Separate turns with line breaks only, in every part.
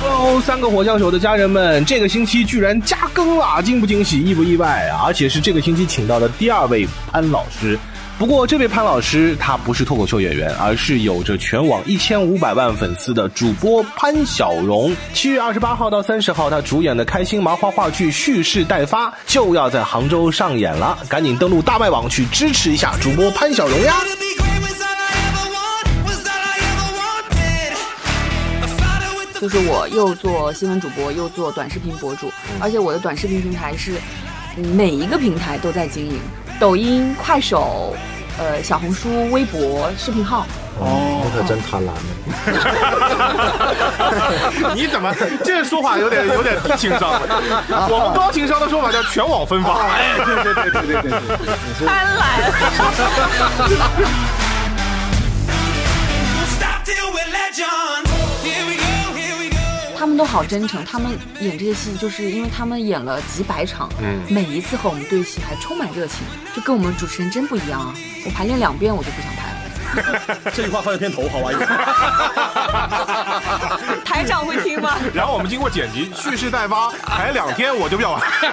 Hello，三个火枪手的家人们，这个星期居然加更了，惊不惊喜，意不意外？而且是这个星期请到的第二位潘老师。不过，这位潘老师他不是脱口秀演员，而是有着全网一千五百万粉丝的主播潘晓荣。七月二十八号到三十号，他主演的开心麻花话剧《蓄势待发》就要在杭州上演了，赶紧登录大麦网去支持一下主播潘晓荣呀！
就是我又做新闻主播，又做短视频博主，而且我的短视频平台是嗯每一个平台都在经营，抖音、快手、呃小红书、微博、视频号。
哦，那可真贪婪呢。
你怎么这说法有点有点低情 商了？我们高情商的说法叫全网分发。哎
对对对对对对对，你是
他们都好真诚，他们演这些戏就是因为他们演了几百场，每一次和我们对戏还充满热情，就跟我们主持人真不一样啊！我排练两遍我就不想排了。
这句话放在片头好吧？
台长会听 吗？
然后我们经过剪辑，蓄势待发，排两天我就不要玩。
Oh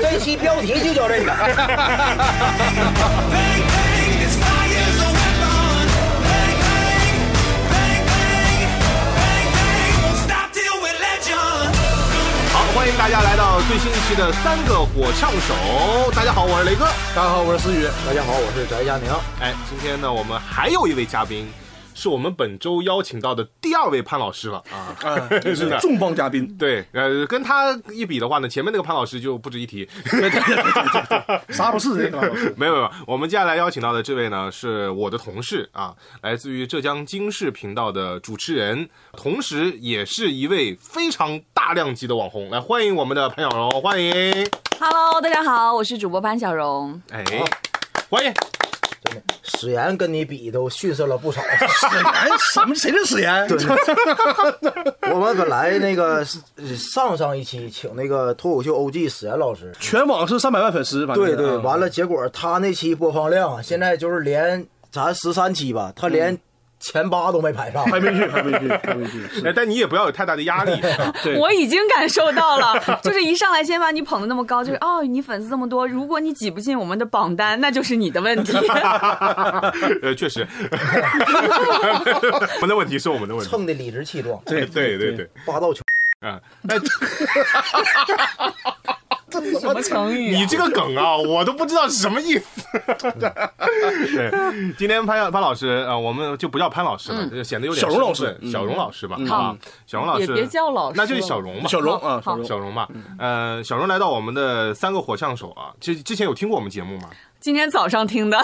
这期标题就叫这个。
好，欢迎大家来到最新一期的三个火枪手。大家好，我是雷哥。
大家好，我是思雨。大家好，我是翟佳宁。
哎，今天呢，我们还有一位嘉宾，是我们本周邀请到的第二位潘老师了啊。是的
重磅嘉宾，
对，呃，跟他一比的话呢，前面那个潘老师就不值一提。
啥不是这个老师？
没有没有，我们接下来邀请到的这位呢，是我的同事啊，来自于浙江经视频道的主持人，同时也是一位非常大量级的网红。来，欢迎我们的潘晓荣，欢迎，
Hello，大家好，我是主播潘晓荣。
哎，欢迎。
真的，史岩跟你比都逊色了不少。
史岩什么？谁是史岩？
我们本来那个呃上上一期请那个脱口秀 OG 史岩老师，
全网是三百万粉丝，反正
对对，
嗯
完了，结果他那期播放量啊，现在就是连咱十三期吧，他连前八都没排上。
嗯排不进去，排不进去，排不进去。是
哎，但你也不要有太大的 压力。
对
我已经感受到 了，就是一上来先把你捧得那么高，就是哦，你粉丝这么多，如果你挤不进我们的榜单，那就是你的问 题。
呃，确 实，我们的问题是我们的问题。
蹭的理直气壮，
对对对对，
霸道穷。
啊， 哎，
什么成语、
你这个梗啊，我都不知道是什么 意思。对，今天潘潘老师啊、呃我们就不叫潘老师
嗯
了，就显得有点
小荣老
生分
师嗯
小荣老师吧，啊
好，
小荣老师
嗯也别叫老师嗯
那就是 小荣吧，
小荣啊，
好
小荣，
小荣吧。呃，小荣来到我们的三个火枪手啊，之之前有听过我们节目吗？
今天早上听的，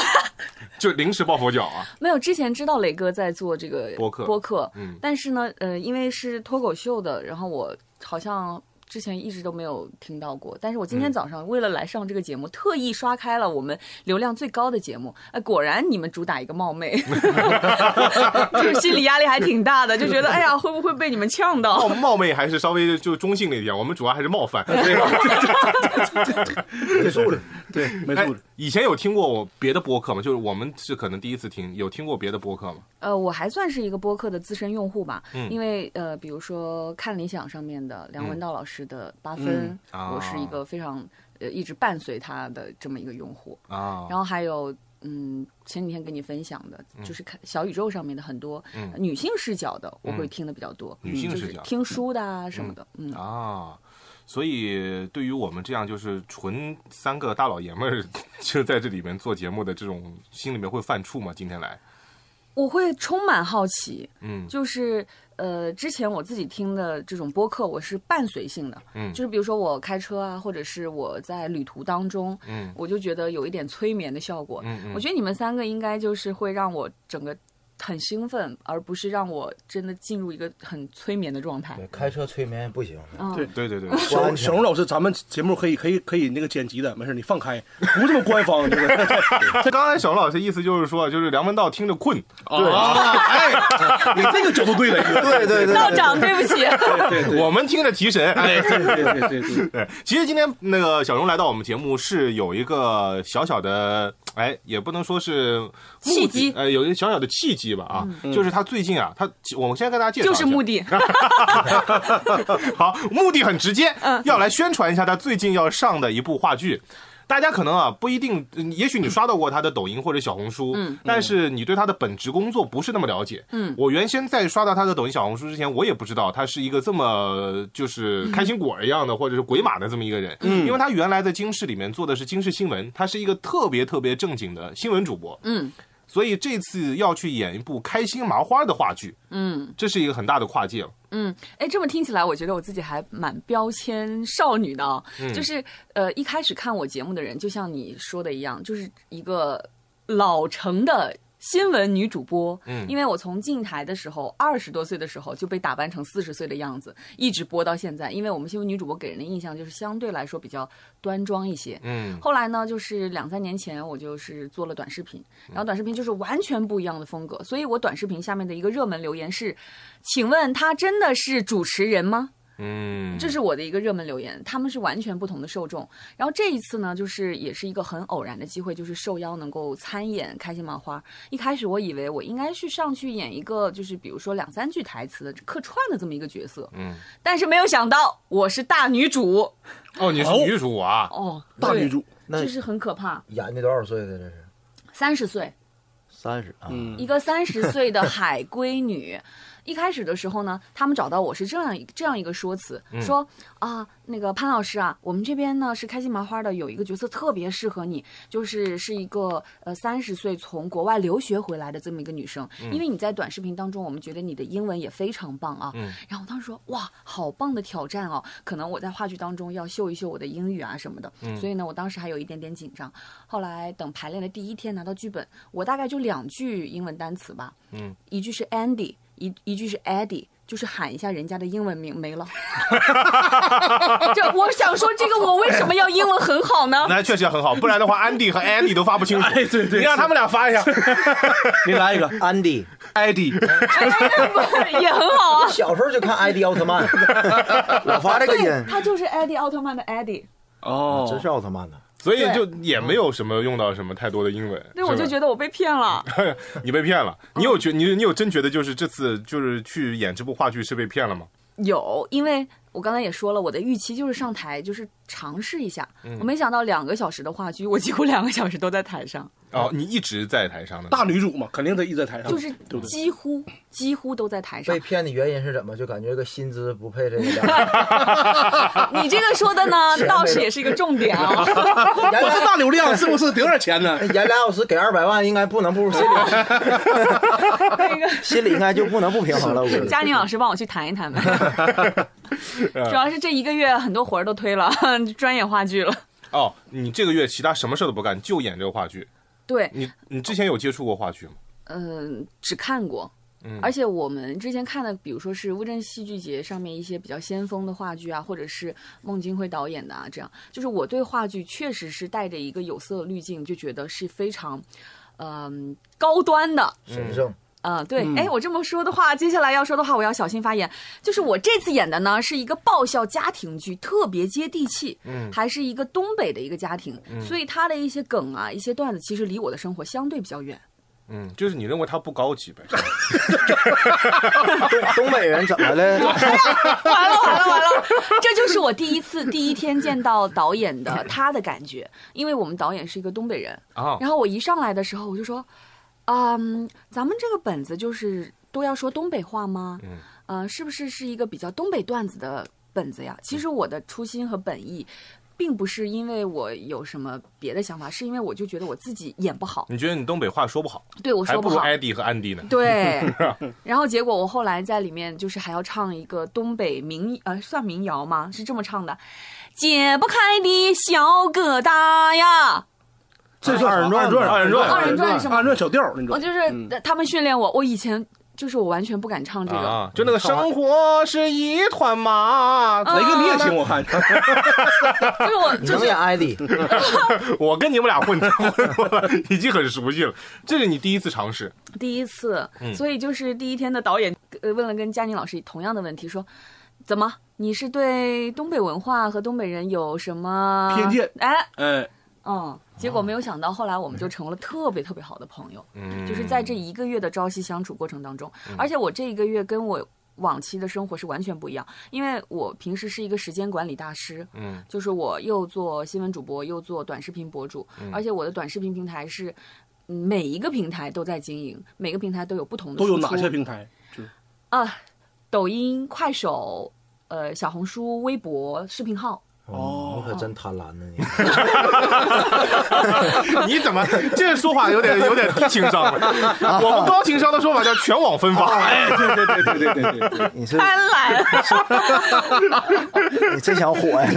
就临时抱佛脚 啊，
没有之前知道磊哥在做这个
播客
播客，
嗯
但是呢，呃，因为是脱口秀的，然后我好像。之前一直都没有听到过，但是我今
嗯
天早上为了来上这个节目，特意刷开了我们流量最高的节目，哎，果然你们主打一个冒昧， 就是心理压力还挺大的，就觉得哎呀，会不会被你们呛到？
冒冒昧还是稍微就中性了一点，我们主要还是 冒犯。对
结束了，
对，没
哎
错，
以前有听过我别的播客吗？就是我们是可能第一次听，有听过别的播客吗？
呃，我还算是一个播客的资深用户吧，
嗯
因为呃，比如说看理想上面的梁文道老师的八分，
啊
我是一个非常呃一直伴随他的这么一个用户。
啊，
然后还有嗯，前几天跟你分享的，就是看小宇宙上面的很多
嗯
女性视角的，我会听的比较多，嗯
女性
就
视
是
角
听书的啊什么的，嗯，
啊，所以对于我们这样就是纯三个大老爷们儿 就在这里面做节目的这种，心里面会犯怵吗？今天来，
我会充满好奇，
嗯
就是呃，之前我自己听的这种播客，我是伴随性的，
嗯
就是比如说我开车啊，或者是我在旅途当中，
嗯
我就觉得有一点催眠的效果。
嗯嗯
我觉得你们三个应该就是会让我整个很兴奋，而不是让我真的进入一个很催眠的状态。
对开车催眠不行，
嗯，
对
对对对，
不安
小
全
小荣老师，咱们节目可以可以可以那个剪辑的，没事你放开，不这么官方， 就是
这 刚才小罗老师意思就是说，就是梁文道听着困，
啊，哎，你这个角度对了，哥
对对对，
道长，对不起。
对对，
我们听着提神。
哎，对对对对对，
对，其实今天那个小荣来到我们节目是有一个小小的，哎，也不能说是目的
契机嗯
呃，有一个小小的契机吧啊，就是他最近啊，他我先跟大家介绍
就
一下，
是目的，
好，目的很直接，
嗯
要来宣传一下他最近要上的一部话剧。大家可能啊不一定，嗯也许你刷到过他的抖音或者小红书，
嗯，
但是你对他的本职工作不是那么了解，
嗯
我原先在刷到他的抖音、小红书之前，我也不知道他是一个这么就是
嗯
开心果一样的，或者是鬼马的这么一个人，嗯，因为他原来在京视里面做的是京视新闻，他是一个特别特别正经的新闻主播，
嗯
所以这次要去演一部开心麻花的话剧，
嗯
这是一个很大的跨界了，
嗯，哎，这么听起来，我觉得我自己还蛮标签少女的啊、
嗯
就是呃，一开始看我节目的人，就像你说的一样，就是一个老成的。新闻女主播，
嗯
因为我从进台的时候，二十多岁的时候就被打扮成四十岁的样子，一直播到现在。因为我们新闻女主播给人的印象就是相对来说比较端庄一些，
嗯。
后来呢，就是两三年前，我就是做了短视频，然后短视频就是完全不一样的风格，所以我短视频下面的一个热门留言是：“请问他真的是主持人吗？”
嗯，
这是我的一个热门留言，他们是完全不同的受众。然后这一次呢，就是也是一个很偶然的机会，就是受邀能够参演《开心麻花》。一开始我以为我应该去上去演一个，就是比如说两三句台词的客串的这么一个角色，
嗯，
但是没有想到我是大女主
哦，你是女主啊？
哦，
大
对
女，主，
那
这是很可怕，
演的多少岁的这是？
三十岁。
三十啊，
嗯
一个三十岁的海归女。一开始的时候呢，他们找到我是这样一这样一个说辞，说啊，那个潘老师啊，我们这边呢是开心麻花的，有一个角色特别适合你，就是是一个呃三十岁从国外留学回来的这么一个女生，因为你在短视频当中，我们觉得你的英文也非常棒啊。然后我当时说哇，好棒的挑战哦，可能我在话剧当中要秀一秀我的英语啊什么的，所以呢，我当时还有一点点紧张。后来等排练的第一天拿到剧本，我大概就两句英文单词吧，嗯，一句是 Andy，一一句是 Eddie。就是喊一下人家的英文名没了， 这我想说这个我为什么要英文很好呢？
那确实很好，不然的话，安迪和安迪都发不清楚。
哎对对
你让他们俩发一下。
您来一个
安迪，
艾迪，
哎 也很好啊
我。小时候就看艾迪奥 特曼，我发这个
对，
音，
他就是 Eddie 奥特曼的 Eddie。
哦，
真是奥特曼呢。
所以就也没有什么用到什么太多的英文。
对，我就觉嗯
得
得我被骗了。
你被骗了。你有觉你你有真觉得就是这次就是去演这部话剧是被骗了吗？
有，因为我刚才也说了，我的预期就是上台就是尝试一下。我没想到两个小时的话剧，我几乎两个小时都在台上，
哦，你一直在台上的
大女主嘛，肯定得一直在台上，
就是
嗯对不对？
几乎几乎都在台上
被。 骗的原因是怎么？就感觉这个薪资不配这个 量。
你这个说的呢，倒是也是一个重点啊。
原
我是
来
大流量，是不是得有点钱呢？
原来老师给二百万，应该不能不心里
那个
心里应该就不能不平衡了。我觉得
佳宁老师帮我去谈一谈呗。主要是这一个月很多活儿都推了， 专演话剧了。
哦，你这个月其他什么事都不干，就演这个话剧。
对，
你你之前有接触过话剧吗？
嗯，只看过。而且我们之前看的，比如说是乌镇戏剧节上面一些比较先锋的话剧啊，或者是孟京辉导演的啊，这样就是我对话剧确实是带着一个有色滤镜，就觉得是非常，嗯、高端的
神圣，
啊、对，哎、我这么说的话，接下来要说的话，我要小心发言。就是我这次演的呢，是一个爆笑家庭剧，特别接地气，嗯，还是一个东北的一个家庭，所以它的一些梗啊、一些段子，其实离我的生活相对比较远。
嗯，就是你认为它不高级呗。
东东北人怎么 了？
完了完了完了！这就是我第一次第一天见到导演的他的感觉，因为我们导演是一个东北人。
啊，
然后我一上来的时候我就说，嗯，咱们这个本子就是都要说东北话吗？嗯，呃，是不是是一个比较东北段子的本子呀？其实我的初心和本意。并不是因为我有什么别的想法，是因为我就觉得我自己演不好，
你觉得你东北话说不好，
对我
还
说
不
不
如
好。
艾迪和安迪呢？
对，然后结果我后来在里面就是还要唱一个东北民呃算民谣吗？是这么唱的，解不开的小疙瘩呀。
这算
二人转
转，
二人啊转
二
二人转是吗
二人转小调儿那
我
种。嗯
就是他们训练我，我以前就是我完全不敢唱这个，
啊，就那个生活是一团麻。
雷哥你也行，我看。啊
就是我
你
就
能
是
演艾迪？
我跟你们俩混混过了，已经很熟悉了。这是你第一次尝试，
第一次，所以就是第一天的导演呃问了跟佳宁老师同样的问题，说怎么你是对东北文化和东北人有什么
偏见
哎，
哎，
嗯，结果没有想到，后来我们就成了特别特别好的朋友，
嗯
就是在这一个月的朝夕相处过程当中，
嗯
而且我这一个月跟我。往期的生活是完全不一样，因为我平时是一个时间管理大师，
嗯，
就是我又做新闻主播，又做短视频博主，
嗯
而且我的短视频平台是嗯每一个平台都在经营，每个平台都有不同的
都有
输
哪
出
些平台？就是
啊？抖音、快手、呃小红书、微博、视频号，
哦
你嗯可真贪婪呢你！
你怎么这说法有点有点低情商了？我们高情商的说法叫全网分发。
哎，对对对对对对对对，
你是
贪婪。
你真想火呀？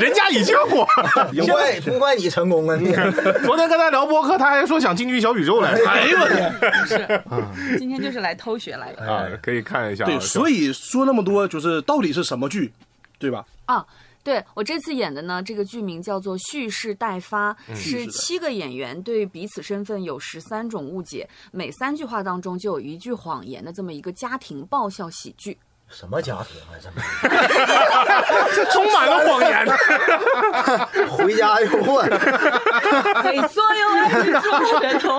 人家已经火了。
不怪不怪你成功啊！ 你
昨天跟他聊播客，他还说想进军小宇宙来着。
哎呦我天！
今天就是来偷学来的
啊，可以看一下啊。
对，所
以
以说那么多，就是到底是什么剧，对吧？
啊！对我这次演的呢，这个剧名叫做《蓄势待发》，
蓄势
是
待发
七个演员对彼此身份有十三种误解，每三句话当中就有一句谎言的这么一个家庭爆笑喜剧。
什么家庭啊？这么
充满了谎言。
回家又混，
给所有爱情做拳头。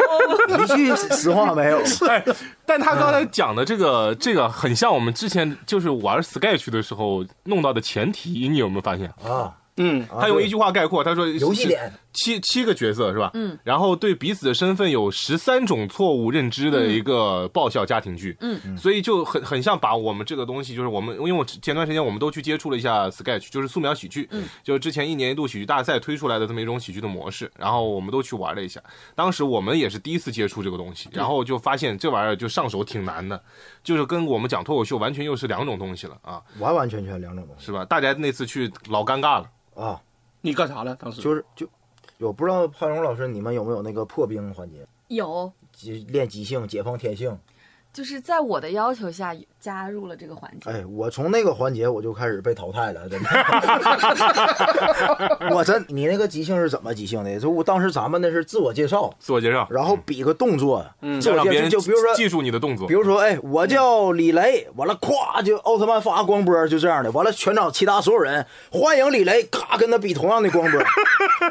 一句实话没有。
哎，但他刚才讲的这个，这个很像我们之前就是玩 Sketch 的时候弄到的前提，你有没有发现？
啊，
嗯，
啊
他用
对
一句话概括，他说
游戏点
七七个角色是吧？
嗯，
然后对彼此的身份有十三种错误认知的一个爆笑家庭剧，
嗯，
所以就很很像把我们这个东西，就是我们因为我前段时间我们都去接触了一下 Sketch，就是素描喜剧，嗯，就是之前一年一度喜剧大赛推出来的这么一种喜剧的模式，然后我们都去玩了一下，当时我们也是第一次接触这个东西，然后就发现这玩意儿就上手挺难的，就是跟我们讲脱口秀完全又是两种东西了啊，
完完全全两种东西
是吧？大家那次去老尴尬了，
啊，
你干啥了？当时
就是就，我不知道潘荣老师你们有没有那个破冰环节，
有，
即练即兴，解放天性。
就是在我的要求下加入了这个环节。
哎，我从那个环节我就开始被淘汰了， 真的。我真，你那个即兴是怎么即兴的？就我当时咱们那是自我介绍，
自我介绍，
然后比个动作，自
嗯就
我
让别
介绍
人
就比如说
记住你的动作
比。如说，哎，我叫李雷，完了，咵就奥特曼发光波，就这样的。完了，全场其他所有人欢迎李雷，咔跟他比同样的光波。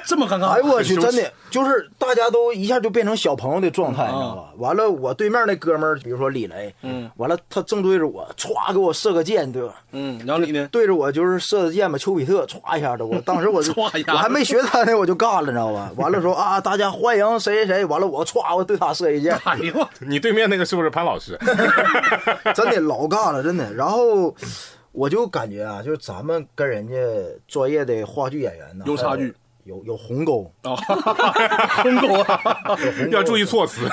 这么尴尬？
哎呦我去，
很羞
真
耻
的就是大家都一下就变成小朋友的状态，你知
啊
道吧？完了，我对面那哥们儿，比如说李雷，嗯，完了他正对着我，歘给我射个箭，对吧？
嗯，然后你 呢？
对着我就是射的箭吧，丘比特歘一下子，我当时我 就
歘一下子
我还没学他呢，我就干了，你知道吧？完了说啊，大家欢迎谁谁谁，完了我歘我对他射一箭，
哎呦我，
你对面那个是不是潘老 师？
真的老尬了，真的。然后我就感觉啊，就是咱们跟人家专业的话剧演员呢呃
有差距，
有有鸿沟。
啊， 疯狗啊！
要注意措辞。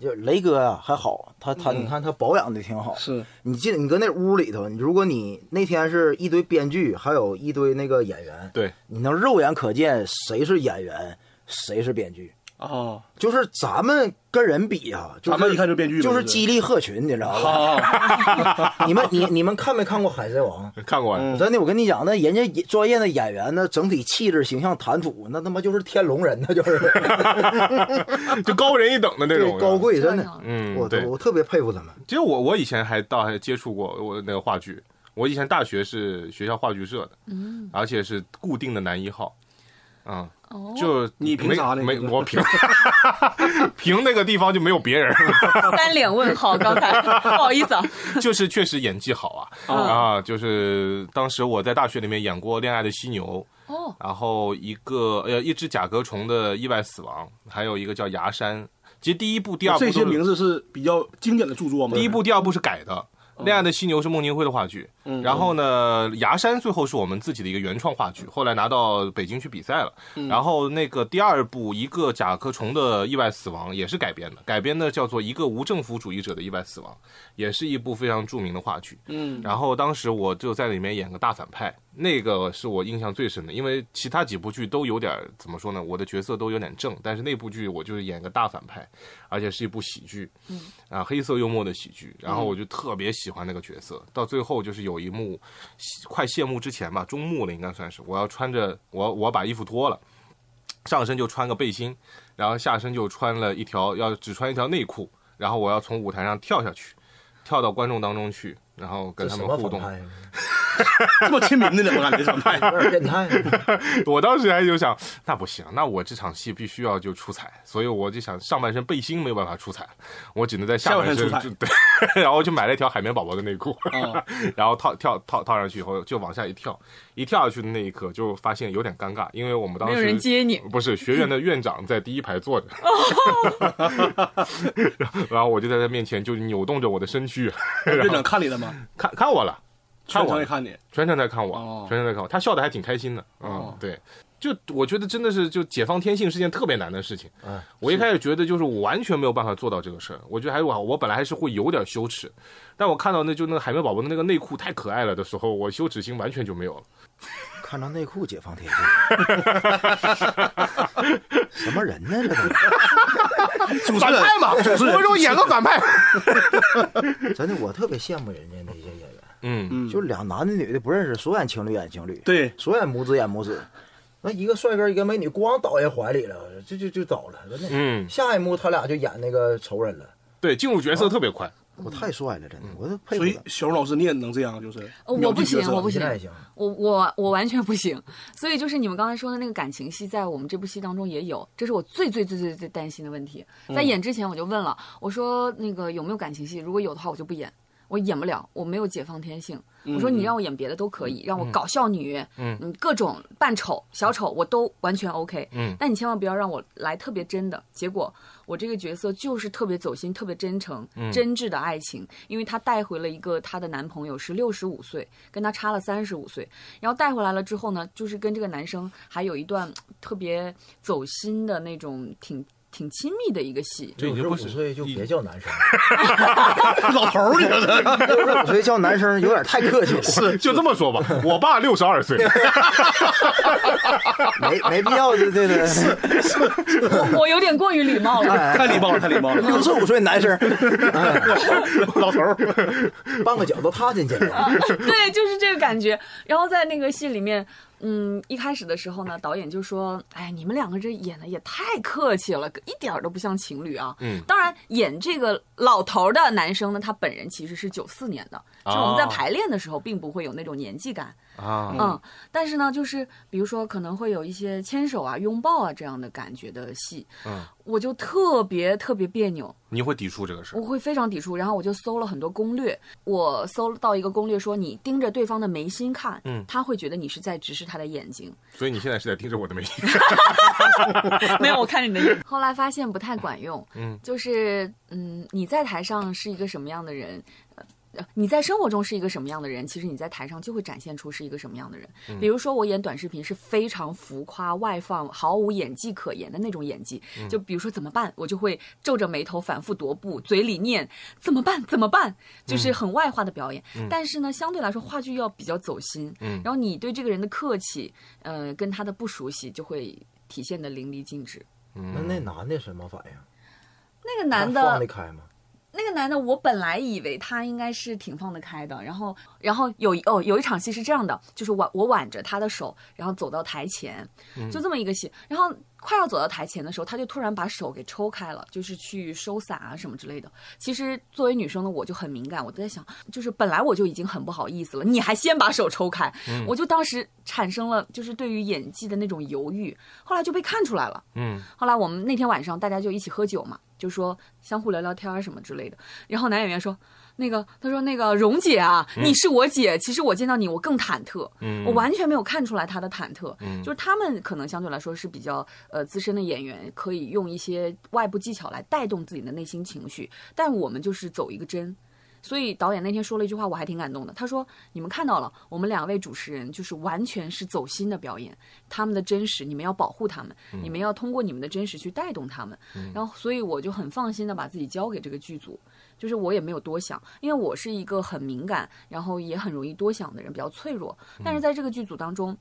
就雷哥啊还好，他他你看他保养的挺好。
嗯是
你进你搁那屋里头，你如果你那天是一堆编剧，还有一堆那个演员，
对，
你能肉眼可见谁是演员，谁是编剧。
啊，
就是咱们跟人比啊，就是、
咱们一看就编剧呗
就是
就是
激励鹤群，你知道吧？
啊，
你们你你们看没看过《海贼王》？
看过啊
嗯
呀，
真的，我跟你讲，那人家专业的演员那整体气质、形象、谈吐，那他妈就是天龙人，那就是
就嗯高人一等的那
对
种
高。贵，真
这样
的。
嗯，
我
对。
我特别佩服他们。
其实我我以前还倒还接触过我那个话剧，我以前大学是学校话剧社的，嗯，而且是固定的男一号，嗯，
哦
就
你凭啥呢
没没
你
我凭 凭那个地方就没有别人，
三脸问号，刚才不好意思啊，
就是确实演技好啊
哦
啊，就是当时我在大学里面演过《恋爱的犀牛》，
哦，
然后一个呃一只甲壳虫的意外死亡，还有一个叫崖山。其实第一部、第二部
哦这
都
些
是
名字是比较经典的著作嘛。
第一部、第二部是改的，《恋爱的犀牛》是孟京辉的话剧，
嗯
然后呢，崖山最后是我们自己的一个原创话剧，后来拿到北京去比赛了。
嗯
然后那个第二部《一个甲壳虫的意外死亡》也是改编的，改编的叫做《一个无政府主义者的意外死亡》，也是一部非常著名的话剧。
嗯，
然后当时我就在里面演个大反派，那个是我印象最深的，因为其他几部剧都有点儿怎么说呢，我的角色都有点正，但是那部剧我就是演个大反派，而且是一部喜剧，嗯，啊，黑色幽默的喜剧，
嗯
然后我就特别喜欢那个角色，到最后就是有一幕快谢幕之前吧，中幕了应该算是，我要穿着我要我要把衣服脱了，上身就穿个背心，然后下身就穿了一条要只穿一条内裤，然后我要从舞台上跳下去，跳到观众当中去，然后跟
这
他
什
们
么
互动
反。派呀？啊
这么亲民的呢，我感觉反派。
有点变态。
我当时还就想，那不行，那我这场戏必须要就出彩，所以我就想上半身背心没有办法出彩，我只能在下半身哦
下半
就
身
对，然后就买了一条海绵宝宝的内裤，
啊
然后套跳套套上去以后就往下一跳，一跳下去的那一刻就发现有点尴尬，因为我们当
没
时
有人接你，
不是学院的院长在第一排坐着，
哦
然后我就在他面前就扭动着我的身躯，
院长看你了吗？
看看我了， 看
全
我
程
了
也。看你。
全程在看我，
哦
全程在看我，他笑的还挺开心的，嗯，
哦
对，就我觉得真的是就解放天性是件特别难的事情，
嗯
我一开始觉得就是我完全没有办法做到这个事儿，我觉得还我我本来还是会有点羞耻，但我看到那就那个海绵宝宝的那个内裤太可爱了的时候，我羞耻心完全就没有了，
看到内裤解放天性，什么人呢？这都
主持
反
人
派嘛，
主持人
我说演个反派，
真的，我特别羡慕人家那些演员，
嗯，
就俩男的女的不认识，所演情侣演情侣，
对
所演母子演母子。那一个帅哥一个美女，咣倒人怀里了，就就就倒了，真的。
嗯
下一幕他俩就演那个仇人了，
对，进入角色特别快，
我太帅了，真的，我都佩服
所以
他。
小荣老师你也能这样，就是
呃
秒
我不
进角
行，
色
我不行
现在也行，
我我我完全不行。所以就是你们刚才说的那个感情戏，在我们这部戏当中也有，这是我最最最最最担心的问题。在演之前我就问了，我说那个有没有感情戏？如果有的话，我就不演。我演不了，我没有解放天性。我说你让我演别的都可以，让我搞笑女，
嗯
各种扮丑、小丑，我都完全 OK。
嗯
但你千万不要让我来特别真的。结果我这个角色就是特别走心、特别真诚、
嗯
真挚的爱情，因为她带回了一个她的男朋友是六十五岁，跟她差了三十五岁，然后带回来了之后呢，就是跟这个男生还有一段特别走心的那种挺挺亲密的一个戏。
这已经不是
65岁就别叫男生，
老头儿，你说这
六十五岁叫男生有点太客气 了，
就这么说吧，我爸六十二岁，
没没必要，对对对， 哎
我我有点过于礼貌 了。
太礼貌了，太礼貌了。
六十五岁男生，哎
老头儿，
半个脚都踏进去了。
对，就是这个感觉。然后在那个戏里面，嗯，一开始的时候呢，导演就说：“哎，你们两个这演的也太客气了，一点儿都不像情侣啊。”
嗯
当然，演这个老头儿的男生呢，他本人其实是九四年的，
哦
就我们在排练的时候，并不会有那种年纪感。
啊，
嗯，但是呢，就是比如说可能会有一些牵手啊、拥抱啊这样的感觉的戏，
嗯，
我就特别特别别扭，
你会抵触这个事儿
我，会非常抵触。然后我就搜了很多攻略，我搜到一个攻略说，你盯着对方的眉心看，
嗯
他会觉得你是在直视他的眼睛。
所以你现在是在盯着我的眉心，
没有，我看着你的眼。后来发现不太管用，
嗯，
就是嗯，你在台上是一个什么样的人。呃，你在生活中是一个什么样的人，其实你在台上就会展现出是一个什么样的人。
嗯
比如说，我演短视频是非常浮夸、外放、毫无演技可言的那种演技。
嗯
就比如说怎么办，我就会皱着眉头反复踱步，嘴里念怎么办怎么办，
嗯
就是很外化的表演。但是呢，相对来说话剧要比较走心，
嗯
然后你对这个人的客气，呃，跟他的不熟悉就会体现的淋漓尽致。
那那男的什么反应？
那个男
他放得
的，
开 吗？
那个男的，我本来以为他应该是挺放得开的，然后，然后有一哦，有一场戏是这样的，就是挽我挽着他的手，然后走到台前，
嗯
就这么一个戏，然后快要走到台前的时候，他就突然把手给抽开了，就是去收伞啊什么之类的。其实作为女生呢，我就很敏感，我就在想，就是本来我就已经很不好意思了，你还先把手抽开，
嗯
我就当时产生了就是对于演技的那种犹豫，后来就被看出来了。
嗯
后来我们那天晚上大家就一起喝酒嘛，就说相互聊聊天儿什么之类的。然后男演员说。那个，他说那个蓉姐啊，你是我姐，其实我见到你我更忐忑，
嗯
我完全没有看出来他的忐忑，
嗯
就是他们可能相对来说是比较呃资深的演员，可以用一些外部技巧来带动自己的内心情绪，但我们就是走一个真，所以导演那天说了一句话，我还挺感动的。他说：“你们看到了，我们两位主持人就是完全是走心的表演，他们的真实，你们要保护他们，
嗯
你们要通过你们的真实去带动他们。然后，所以我就很放心的把自己交给这个剧组，就是我也没有多想，因为我是一个很敏感，然后也很容易多想的人，比较脆弱。
嗯
但是在这个剧组当中，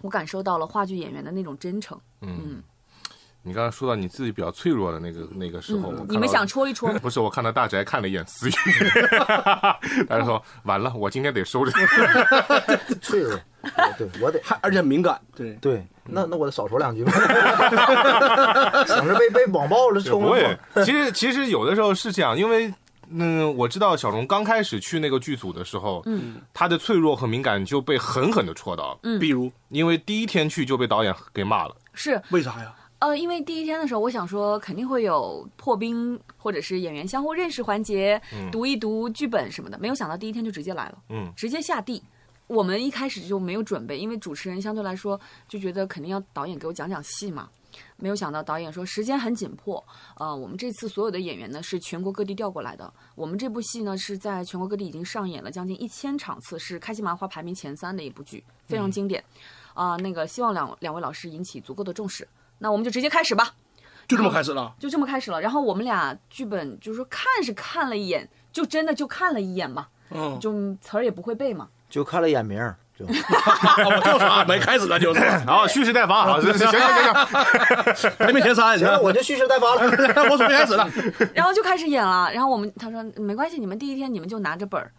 我感受到了话剧演员的那种真诚。
你刚刚说到你自己比较脆弱的那个那个时候，我
嗯
看
你们
到
想戳一戳吗？
不是，我看到大宅看了一眼思雨， 大家说完了，我今天得 收着。
脆弱，我对我得
还而且敏感，对，
对，那那我得少说 两句吧，省着被被网暴了冲
不
了
会
撞。，
其实其实有的时候是这样，因为嗯，我知道小荣刚开始去那个剧组的时候，嗯，他的脆弱和敏感就被狠狠的戳到，嗯，
比如
因为第一天去就被导演给骂了，
是
为啥呀？
呃，因为第一天的时候，我想说肯定会有破冰或者是演员相互认识环节，读一读剧本什么的，没有想到第一天就直接来了，
嗯
直接下地。我们一开始就没有准备，因为主持人相对来说就觉得肯定要导演给我讲讲戏嘛。没有想到导演说时间很紧迫，呃，我们这次所有的演员呢是全国各地调过来的。我们这部戏呢是在全国各地已经上演了将近一千场次，是开心麻花排名前三的一部剧，非常经典。啊、那个希望两两位老师引起足够的重视。那我们就直接开始吧，
就这么开始了。
就这么开始了。然后我们俩剧本就是说看是看了一眼，就真的就看了一眼嘛，
嗯，
就词儿也不会背嘛。
就看了眼名儿， 就
我就说啊没开始了，就是
然后蓄势待发啊，行行行行行，
排名前三，
行了，我就蓄势待 发了。
我准备开始了。
然后就开始演了。然后我们他说没关系，你们第一天你们就拿着本儿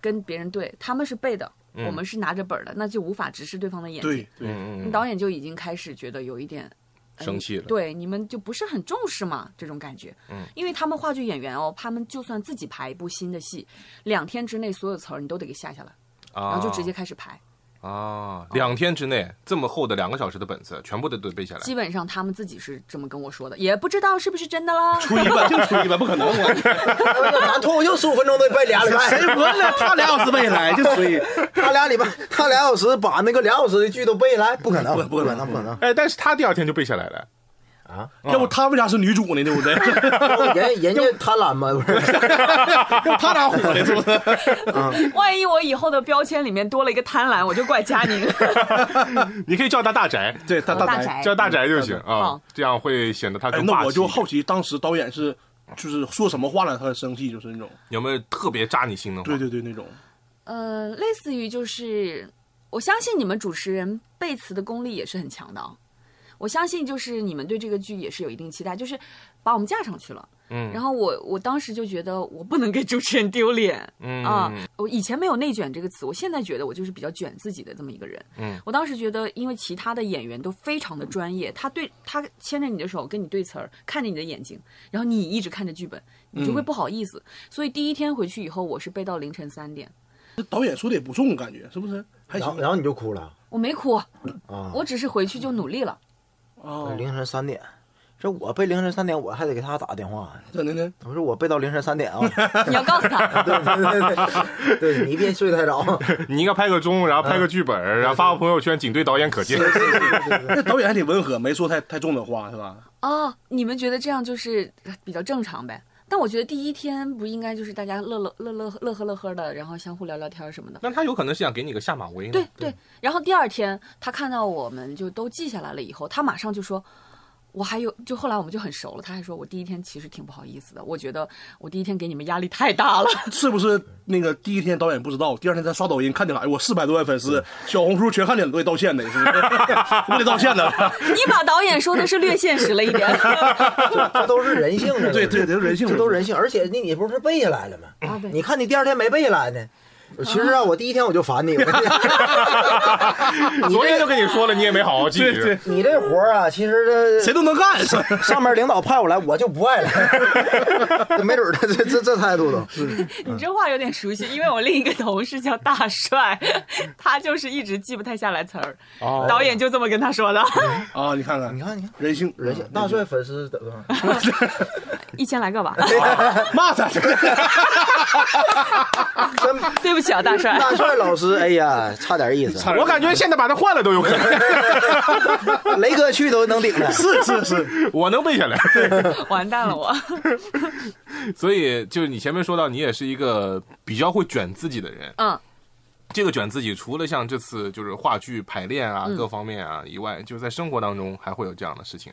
跟别人对，他们是背的，我们是拿着本儿的，那就无法直视对方的眼睛。
嗯对对，
嗯嗯，
导演就已经开始觉得有一点嗯
生气了，
对，你们就不是很重视嘛，这种感觉。嗯，因为他们话剧演员哦，他们就算自己排一部新的戏，两天之内所有词儿你都得给下下来，
啊，
然后就直接开始排。
啊，两天之内这么厚的两个小时的本子，全部都得背下来，
基本上他们自己是这么跟我说的，也不知道是不是真的啦。
出一半就出一半，不可能我。
咱脱口秀十五分钟都得背俩礼拜，
谁问了？他俩小时没来就吹，
他俩礼拜，他俩小时把那个俩小时的剧都背下来，不可能，
不可能
能，不可能。
哎，但是他第二天就背下来 了，
要不他为啥是女主呢？对不对？
人 人家贪婪嘛，不是？
要不他俩火的是不是？
万一我以后的标签里面多了一个贪婪，我就怪佳宁。
你可以叫他大宅，
对，他
大
大
宅
叫大宅就行啊
好，
这样会显得他
哎
更霸
那
气。
我就好奇，当时导演是就是说什么话了？他很生气，就是那种，
有没有特别扎你心的话？
对对对，那种。
呃，类似于就是，我相信你们主持人背词的功力也是很强的啊。我相信就是你们对这个剧也是有一定期待，就是把我们架上去了。
嗯
然后我我当时就觉得我不能给主持人丢脸。
嗯
啊，我以前没有内卷这个词，我现在觉得我就是比较卷自己的这么一个人。
嗯，
我当时觉得，因为其他的演员都非常的专业，他对他牵着你的手，跟你对词儿，看着你的眼睛，然后你一直看着剧本，你就
嗯
会不好意思。所以第一天回去以后，我是背到凌晨三点，
这导演说的也不重，感觉是不是？还
然后
行
然后你就哭了
我没哭，
啊！
我只是回去就努力了。
啊，
凌晨三点，这我背凌晨三点，我还得给他打电话。
真的呢？
我说我背到凌晨三点 啊，
你要告诉他，
对对对，对你别睡太 早。
你应该拍个钟，然后拍个剧本，然后发个朋友圈，仅对导演可见。
那导演还挺温和，没说太太重的话是吧？
哦，你们觉得这样就是比较正常呗？但我觉得第一天不应该就是大家乐乐乐乐乐呵乐呵的，然后相互聊聊天儿什么的。
那他有可能是想给你个下马威呢。
对对。然后第二天他看到我们就都记下来了以后，他马上就说。我还有，就后来我们就很熟了。他还说，我第一天其实挺不好意思的，我觉得我第一天给你们压力太大了。
是不是那个第一天导演不知道，第二天他刷抖音看见了，哎，我四百多万粉丝，小红书全看见了，我得道歉的，是 不是？我得道歉的。
啊
你把导演说的是略现实了一点 啊，
这都是人性的，
对对
这
都是人性
这都是人性。而且你你不是背下来了吗？
对
你看你第二天没背下来呢。其实啊，我第一天我就 烦你，我
昨天就跟你说了，你也没好好记。
对对，
你这活儿啊，其实这
谁都能干。是吧
上面领导派我来，我就不 爱来，没准儿他这这这态度都。
啊
你这话有点熟悉，因为我另一个同事叫大帅， 他就是一直记不太下来词儿，
哦
导演就这么跟他说的。
啊，你看看，
你看，你看，
人性，嗯
人家大帅粉丝怎么？
一千来个吧，
骂他，
真
对不起啊，大 帅。
大帅老师，哎呀，差点意思。
我感觉现在把它换了都有可能，
雷哥去都能顶着。
是是是，
我能背下来。
完蛋了我，
所以就是你前面说到，你也是一个比较会卷自己的人。
嗯，
这个卷自己，除了像这次就是话剧排练啊、各方面啊以外，就在生活当中还会有这样的事情。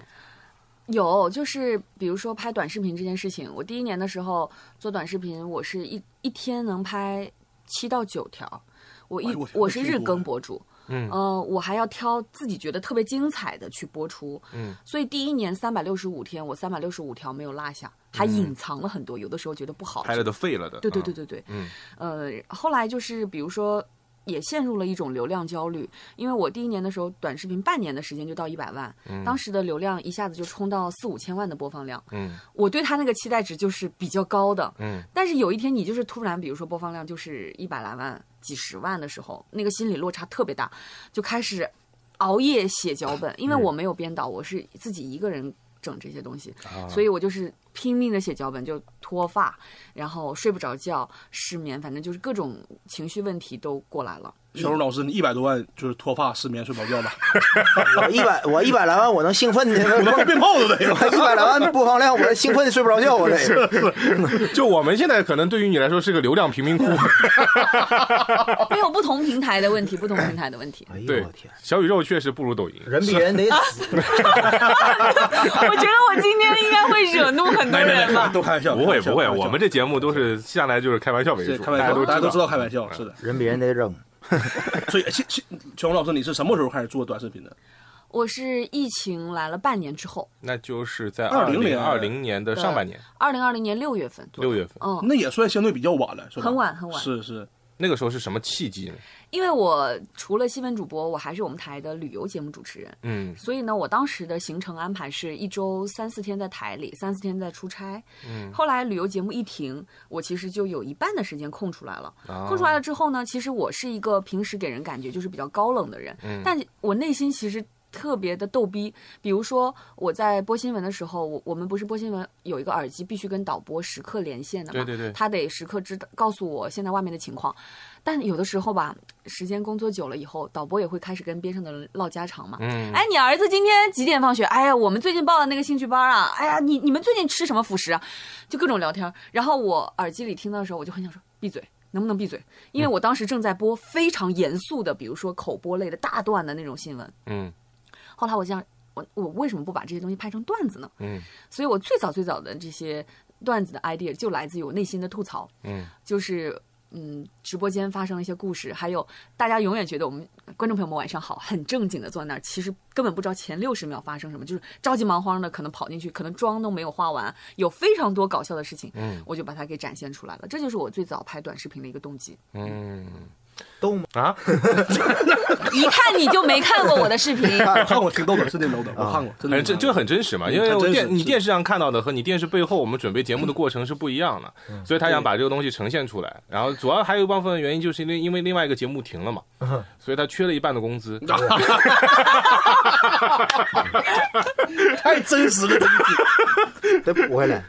有，就是比如说拍短视频这件事情，我第一年的时候做短视频，我是一一天能拍七到九条，我一、
哎呦我
我是
挺
日
多
更
的
博主。
嗯
呃，我还要挑自己觉得特别精彩的去播出，
嗯，
所以第一年三百六十五天，我三百六十五条没有落下，还隐藏了很多，有的时候觉得不好
嗯拍了都废了的。
对对对
嗯，
对对，
嗯，
呃，后来就是比如说。也陷入了一种流量焦虑，因为我第一年的时候，短视频半年的时间就到一百万，当时的流量一下子就冲到四五千万的播放量，
嗯
我对它那个期待值就是比较高的，
嗯
但是有一天你就是突然，比如说播放量就是一百来万、几十万的时候，那个心理落差特别大，就开始熬夜写脚本，因为我没有编导，我是自己一个人整这些东西，所以我就是拼命的写脚本，就脱发，然后睡不着觉、失眠，反正就是各种情绪问题都过来了。
小荣老师，你一百多万就是脱发、失眠、睡不着觉吧？啊
我一百，我一百来万，我能兴奋的，
放鞭炮都得
我一百来万播放量，我兴奋的睡不着觉，我
啊
这个。。
就我们现在可能对于你来说是个流量贫民窟。
没有不同平台的问题，不同平台的问题
哎呦
对
我天，，
小宇宙确实不如抖音。
人比人得死。
我觉得我今天应该会惹怒很多人吧。
都开玩笑，
不
开
会
玩笑开
不会，
玩笑
我们这节目都是下来就是开玩笑为
是
主，
开玩笑，大
大
家
家
都
都
知道嗯开玩笑，是的。
人比人得扔。
所以，其其小荣老师，你是什么时候开始做短视频的？
我是疫情来了半年之后，
那就是在二
2020
零二零年的上半年，
二零二零年六月份左右
六月份，
嗯，
那也算相对比较晚了，是吧？
很晚很晚
是是，
那个时候是什么契机呢？
因为我除了新闻主播，我还是我们台的旅游节目主持人，
嗯
所以呢，我当时的行程安排是一周三四天在台里，三四天在出差。嗯，后来旅游节目一停，我其实就有一半的时间空出来了。
哦
空出来了之后呢，其实我是一个平时给人感觉就是比较高冷的人，
嗯
但我内心其实。特别的逗逼，比如说我在播新闻的时候，我我们不是播新闻有一个耳机必须跟导播时刻连线的嘛，
对对对
他得时刻知道告诉我现在外面的情况。但有的时候吧，时间工作久了以后，导播也会开始跟边上的人唠家常嘛，
嗯，
哎，你儿子今天几点放学？哎呀，我们最近报了那个兴趣班啊！哎呀，你你们最近吃什么辅食啊？就各种聊天儿。然后我耳机里听到的时候，我就很想说闭嘴，能不能闭嘴？因为我当时正在播非常严肃的，比如说口播类的大段的那种新闻。
嗯
后来我想，我我为什么不把这些东西拍成段子呢？
嗯
所以我最早最早的这些段子的 idea 就来自于我内心的吐槽。
嗯，
就是嗯，直播间发生了一些故事，还有大家永远觉得我们观众朋友们晚上好，很正经的坐在那儿，其实根本不知道前六十秒发生什么，就是着急忙慌的可能跑进去，可能妆都没有化完，有非常多搞笑的事情，
嗯，
我就把它给展现出来了，这就是我最早拍短视频的一个动机。
嗯，
逗吗？
啊，
一看你就没看过我的视频，
我看过挺逗的，是挺逗的，我看过，真的
哎，这这很真实嘛，因
嗯
为
很
我
真实
电你
是
电视上看到的和你电视背后我们准备节目的过程是不一样的，
嗯
所以他想把这个东西呈现出来。然后主要还有一部分原因就是因为因为另外一个节目停了嘛，
嗯
所以他缺了一半的 工资。
太真实了，
得补回来。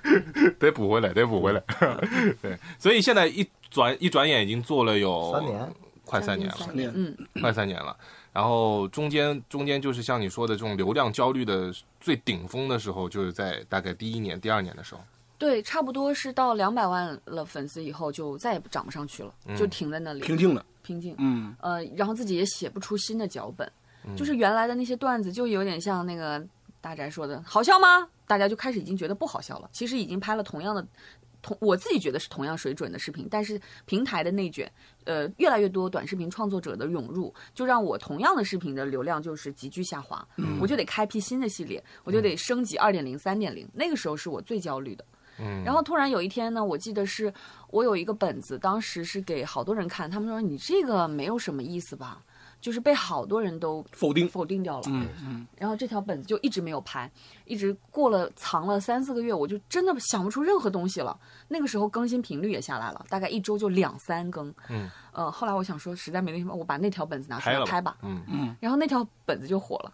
得补回来，得补回来。 对，所以现在一转一转眼已经做了有
三年，
快三年了，
三年，嗯，
快三年了。然后中间中间就是像你说的这种流量焦虑的最顶峰的时候，就是在大概第一年、第二年的时候。
对，差不多是到两百万了粉丝以后，就再也涨不上去了，就停在那里，
平静了，
平静，
嗯，
呃，然后自己也写不出新的脚本，就是原来的那些段子就有点像那个大宅说的，好笑吗？大家就开始已经觉得不好笑了。其实已经拍了同样的，同我自己觉得是同样水准的视频，但是平台的内卷，呃，越来越多短视频创作者的涌入，就让我同样的视频的流量就是急剧下滑，
嗯
我就得开辟新的系列，我就得升级二点零、三点零，那个时候是我最焦虑的。
嗯
然后突然有一天呢，我记得是我有一个本子，当时是给好多人看，他们说你这个没有什么意思吧，就是被好多人都
否定
否定掉了。
嗯嗯，
然后这条本子就一直没有拍，一直过了藏了三四个月，我就真的想不出任何东西了。那个时候更新频率也下来了，大概一周就两三更。
嗯，
呃，后来我想说实在没那什么，我把那条本子拿出
拍
来
了
拍吧，
嗯
然后那条本子就火了。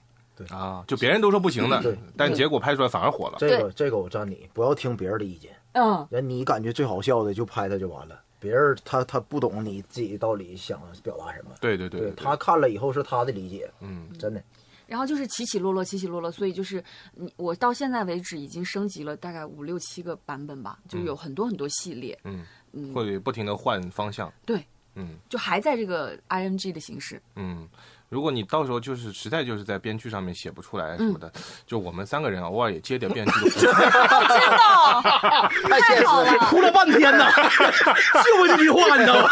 啊，就别人都说不行的
对，
但结果拍出来反而火了。
这个这个我赞你，不要听别人的意见，
嗯，
人你感觉最好笑的就拍它就完了。别人他他不懂你自己到底想表达什么。
对对对
对他看了以后是他的理解，嗯，真的。
然后就是起起落落，起起落落，所以就是你我到现在为止已经升级了大概五六七个版本吧，就有很多很多系列，
嗯，会不停的换方向，
对，
嗯
就还在这个 IMG 的形 式，
嗯。如果你到时候就是实在就是在编剧上面写不出来什么的，就我们三个人啊偶尔也接点编剧 的活儿
真的
太现实了，
哭了半天 呢，就为这句话，你知道吗？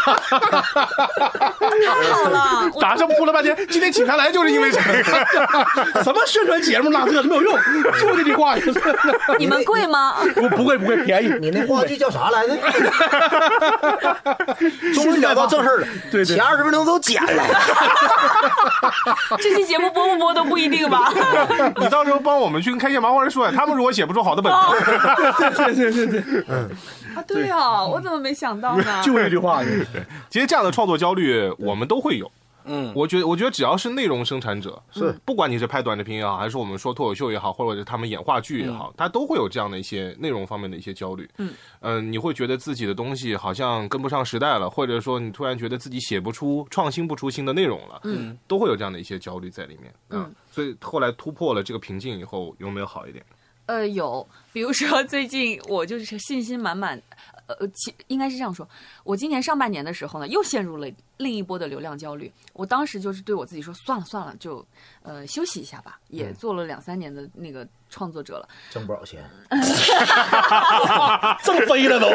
太好了，我
打上铺了半天，今天请他来就是因为这个。
什么宣传节目那这没有用，就这句话。
你们贵吗？
不不贵不贵，便宜。
你 那话剧叫啥来着？终于聊到正事儿了，
对对
前二十分钟都剪了，
这期节目播不播都不一定吧。
你到时候帮我们去跟开线麻花人说呀，他们如果写不出好的本子，
对对对对，
啊，对哦，我怎么没想到 呢？
就这句话。
其实这样的创作焦虑我们都会有。
嗯，
我觉得，我觉得只要是内容生产者，
是
不管你是拍短视频也好，还是我们说脱口秀也好，或者是他们演话剧也好，他都会有这样的一些内容方面的一些焦虑。嗯，你会觉得自己的东西好像跟不上时代了，或者说你突然觉得自己写不出、创新不出新的内容了，嗯，都会有这样的一些焦虑在里面。嗯，所以后来突破了这个瓶颈以后，有没有好一点？
呃，有，比如说最近我就是信心满满，呃，其应该是这样说，我今年上半年的时候呢，又陷入了另一波的流量焦虑。我当时就是对我自己说，算了算了，就呃休息一下吧，也做了两三年的那个创作者了，
挣不少钱。
挣啊飞了都。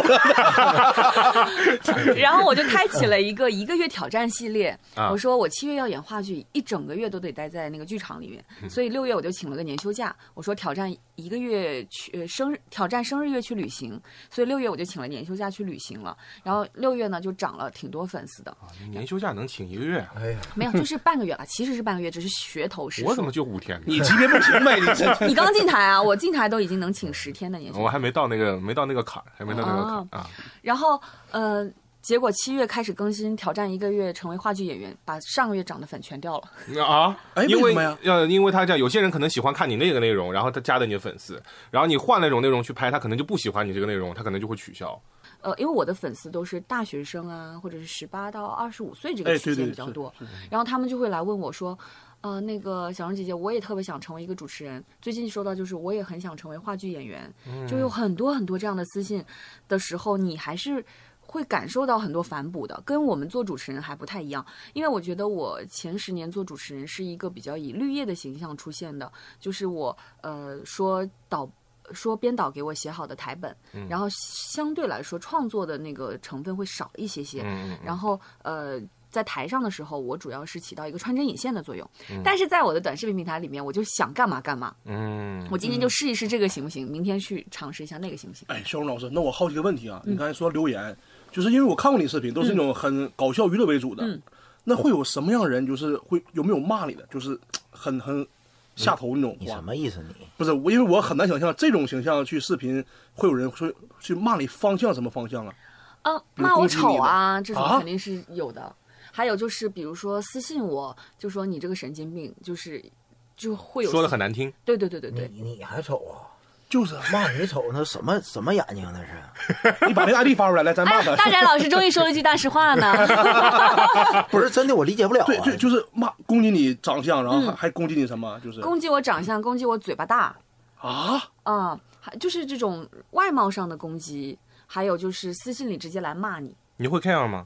然后我就开启了一个一个月挑战系列。
啊
我说我七月要演话剧，一整个月都得待在那个剧场里
嗯
面，所以六月我就请了个年休假。我说挑战一个月去呃生日，挑战生日月去旅行，所以六月我就请了年休假去旅行了。然后六月呢就涨了挺多粉丝的，
年休假能请一个月啊，
哎呀，
没有就是半个月 了，其实是半个月，只是噱头是。
我怎么就五天呢？
你级别不行呗，你这
你刚进台啊？我进台都已经能请十天的年休假
我还没到那个没到那个坎儿，还没到那个坎儿啊
然后呃，结果七月开始更新，挑战一个月成为话剧演员，把上个月涨的粉全掉了。
啊！
哎
因
为
为
什么呀
呃，因为他这样，有些人可能喜欢看你那个内容，然后他加的你的粉丝，然后你换那种内容去拍，他可能就不喜欢你这个内容，他可能就会取消。
呃，因为我的粉丝都是大学生啊，或者是十八到二十五岁这
哎
个区
对对
间比较
是
多，然后他们就会来问我说，呃，那个小荣姐姐，我也特别想成为一个主持人，最近收到就是我也很想成为话剧演员，
嗯
就有很多很多这样的私信的时候，你还是。会感受到很多反哺的，跟我们做主持人还不太一样，因为我觉得我前十年做主持人是一个比较以绿叶的形象出现的，就是我呃说导说编导给我写好的台本，
嗯
然后相对来说创作的那个成分会少一些些，
嗯，
然后呃。在台上的时候，我主要是起到一个穿针引线的作用，但是在我的短视频平台里面，我就想干嘛干嘛。
嗯，
我今天就试一试这个行不行，明天去尝试一下那个行不行？
哎，肖荣老师，那我好奇个问题啊，
嗯
你刚才说留言，就是因为我看过你视频，都是那种很搞笑娱乐为主
嗯
的，那会有什么样人，就是会有没有骂你的，就是很很下头那种
嗯
你
话
什？么意思你？
不是我，因为我很难想象这种形象去视频会有人说去骂你方向什么方向啊？
啊，
比如
骂我
攻击你
丑
吗
啊，这种
啊
肯定是有的。还有就是，比如说私信我，就说你这个神经病，就是就会有
说的
私
很。难听，
对对对对对，
嗯
你你还丑啊？
就是啊
骂你丑，那什么什么眼睛那是？
你把那个 ID 发出来，来咱骂他。
哎大宅老师终于说了一句大实 话呢。
不是真的，我理解不了啊。
对对，就是骂攻击你长相，然后还还攻击你什么？就是
嗯攻击我长相，攻击我嘴巴大
啊，
啊，还就是这种外貌上的攻击，还有就是私信里直接来骂你。
你会 care 吗？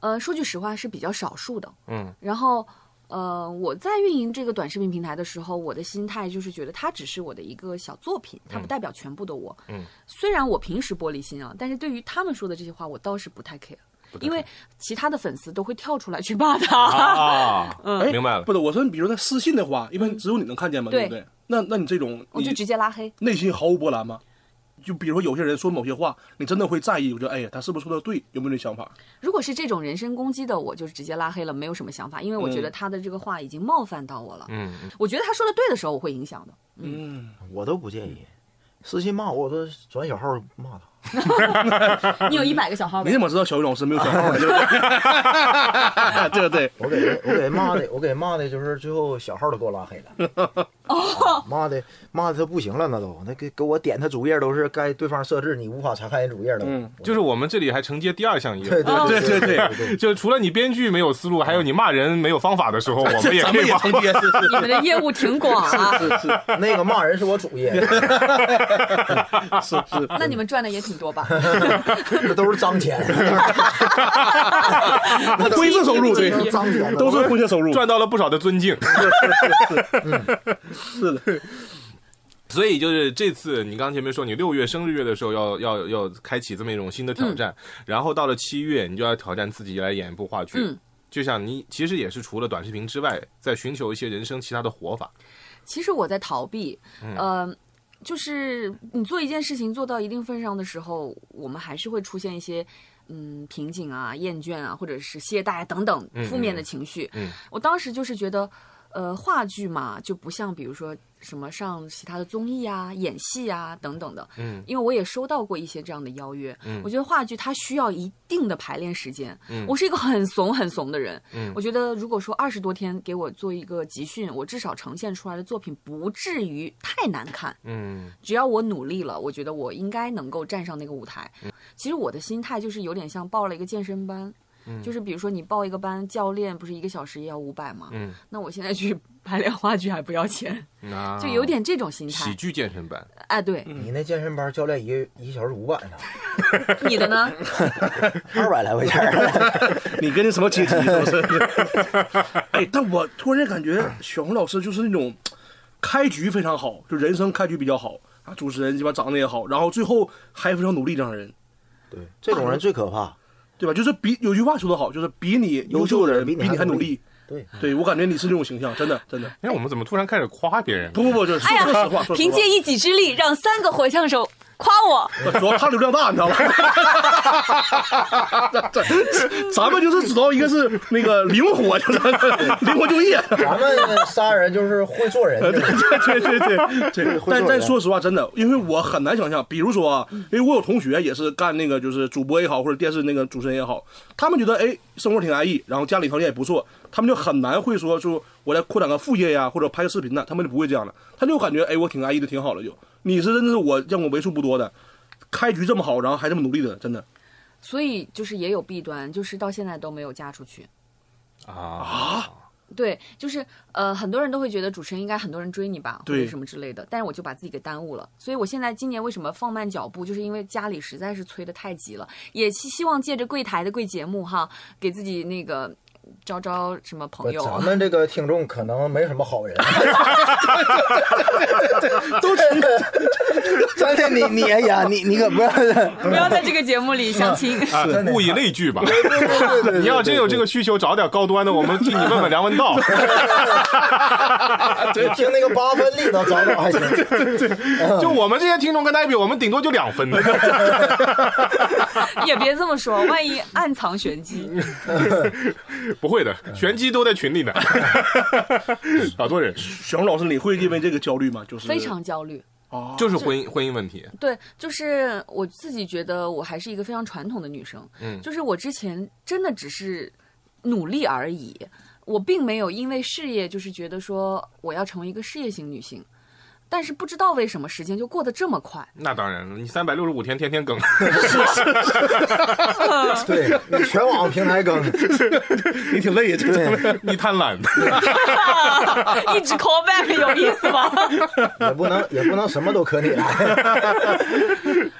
呃，说句实话是比较少数的。
嗯，
然后，呃，我在运营这个短视频平台的时候，我的心态就是觉得它只是我的一个小作品，它不代表全部的我。
嗯，
虽然我平时玻璃心啊，但是对于他们说的这些话，我倒是不太 care，因为其他的粉丝都会跳出来去骂他。
啊，
嗯
哎，
明白了
不是，我说，你比如说那私信的话，一般只有你能看见嘛，
对
不对？那那你这种，
我就
你
直接拉黑，
内心毫无波澜吗？就比如说有些人说某些话，你真的会在意，我觉得哎呀，他是不是说的对？有没有这想法？
如果是这种人身攻击的，我就直接拉黑了，没有什么想法，因为我觉得他的这个话已经冒犯到我了。
嗯，
我觉得他说的对的时候，我会影响的。
嗯，
我都不介意，私信骂我，我都转小号骂他。
你有一百个小号
你
呗
怎？么知道小雨老师没有小号呢？对不 对？对不对？
我给我给骂的，我给骂的就是最后小号都给我拉黑了，啊骂的骂的他不行了，那都那给给我点他主页都是该对方设置你无法查看人主页了，
嗯
我
就是我们这里还承接第二项业务，
对啊对
对对
对对，
就除了你编剧没有思路，还有你骂人没有方法 的时候，我们也
咱
可
们
以
也
帮。
承接，是
你们的业务挺广 啊，
那个骂人是我主 页，
是是是。
那你们赚的也挺多吧？
嗯
那都是脏钱，
灰色收入对，
都是脏钱，
都是灰色 收入。
赚到了不少的尊敬，
是的，
所以就是这次你刚前面说你六月生日月的时候要要要开启这么一种新的挑战，然后到了七月你就要挑战自己来演一部话剧，
嗯
就像你其实也是除了短视频之外，在寻求一些人生其他的活法。
其实我在逃避，
嗯
呃，就是你做一件事情做到一定份上的时候，我们还是会出现一些。嗯，瓶颈啊、厌倦啊，或者是懈怠啊等等负面的情绪。
嗯嗯
我当时就是觉得，呃，话剧嘛，就不像比如说什么上其他的综艺啊、演戏啊等等的。
嗯
因为我也收到过一些这样的邀约。
嗯
我觉得话剧它需要一定的排练时间。
嗯
我是一个很怂很怂的人。
嗯
我觉得如果说二十多天给我做一个集训，我至少呈现出来的作品不至于太难看。
嗯
只要我努力了，我觉得我应该能够站上那个舞台。
嗯
其实我的心态就是有点像报了一个健身班。
嗯
就是比如说你报一个班，教练不是一个小时也要五百吗？
嗯，
那我现在去排练话剧还不要钱，
那
就有点这种心
啊喜
态。
剧健身班，
哎，对，
嗯
你那健身班教练一个一个小时五百呢，
你 的呢？
二百来块钱儿，
你跟那什么阶级都是。 哎，但我突然感觉小红老师就是那种开局非常好，就人生开局比较好啊，主持人鸡巴长得也好，然后最后还非常努力这样的人，
对，这种人最可怕，
对吧？就是比有句话说得好，就是比你优秀的人比你还努力。
对，
对我感觉你是这种形象，真的真的。
哎，我们怎么突然开始夸别人？
不不不，就是说说实话，说实
哎凭
话
借，一己之力让三个火枪手夸我，
主要他流量大，你知 道吧？这这咱们就是主要一个是那个灵活，就是灵活就业。
咱们仨人就是会做人，就是
对对对对，
会做
但但
人嗯
说实话，真的，因为我很难想象，比如说啊，因为我有同学也是干那个就是主播也好，或者电视那个主持人也好，他们觉得哎生活挺安逸，然后家里条件也不错，他们就很难会说就我来扩展个副业呀，或者拍个视频呐，他们就不会这样的，他就感觉哎我挺安逸的，挺好的就。你是真的是我让我为数不多的，开局这么好，然后还这么努力的，真的
所以就是也有弊端，就是到现在都没有嫁出去。
啊，
对，就是呃，很多人都会觉得主持人应该很多人追你吧，或
对
者什么之类的，但是我就把自己给耽误了。所以我现在今年为什么放慢脚步，就是因为家里实在是催得太急了，也希希望借着柜台的贵节目哈，给自己那个招招什么朋友
咱
啊。
们这个听众可能没什么 好人，
都真的
真的，你你哎呀，你你可不要，
不要在这个节目里相亲，
啊物以类聚吧。 你要真有这个需求，找点高端的，我们替你问问梁文道。
你啊听那个八分力的，早早还行，
就我们这些听众跟他比，我们顶多就两分的。
也别这么说，万一暗藏玄机。
不会的，玄机都在群 里呢，好多人
小红老师，你会因为这个焦虑吗？就是
非常焦虑。
啊，
就是婚姻婚姻问题，
对，就是我自己觉得我还是一个非常传统的女生，
嗯
就是我之前真的只是努力而已，我并没有因为事业就是觉得说我要成为一个事业型女性，但是不知道为什么时间就过得这么 快，
那当然了，你三百六十五天天天更，
对你全网平台更，
你挺累的，啊这个
对，
你贪婪，
一直 call back 有意思吗？
也不能也不能什么都可你 来，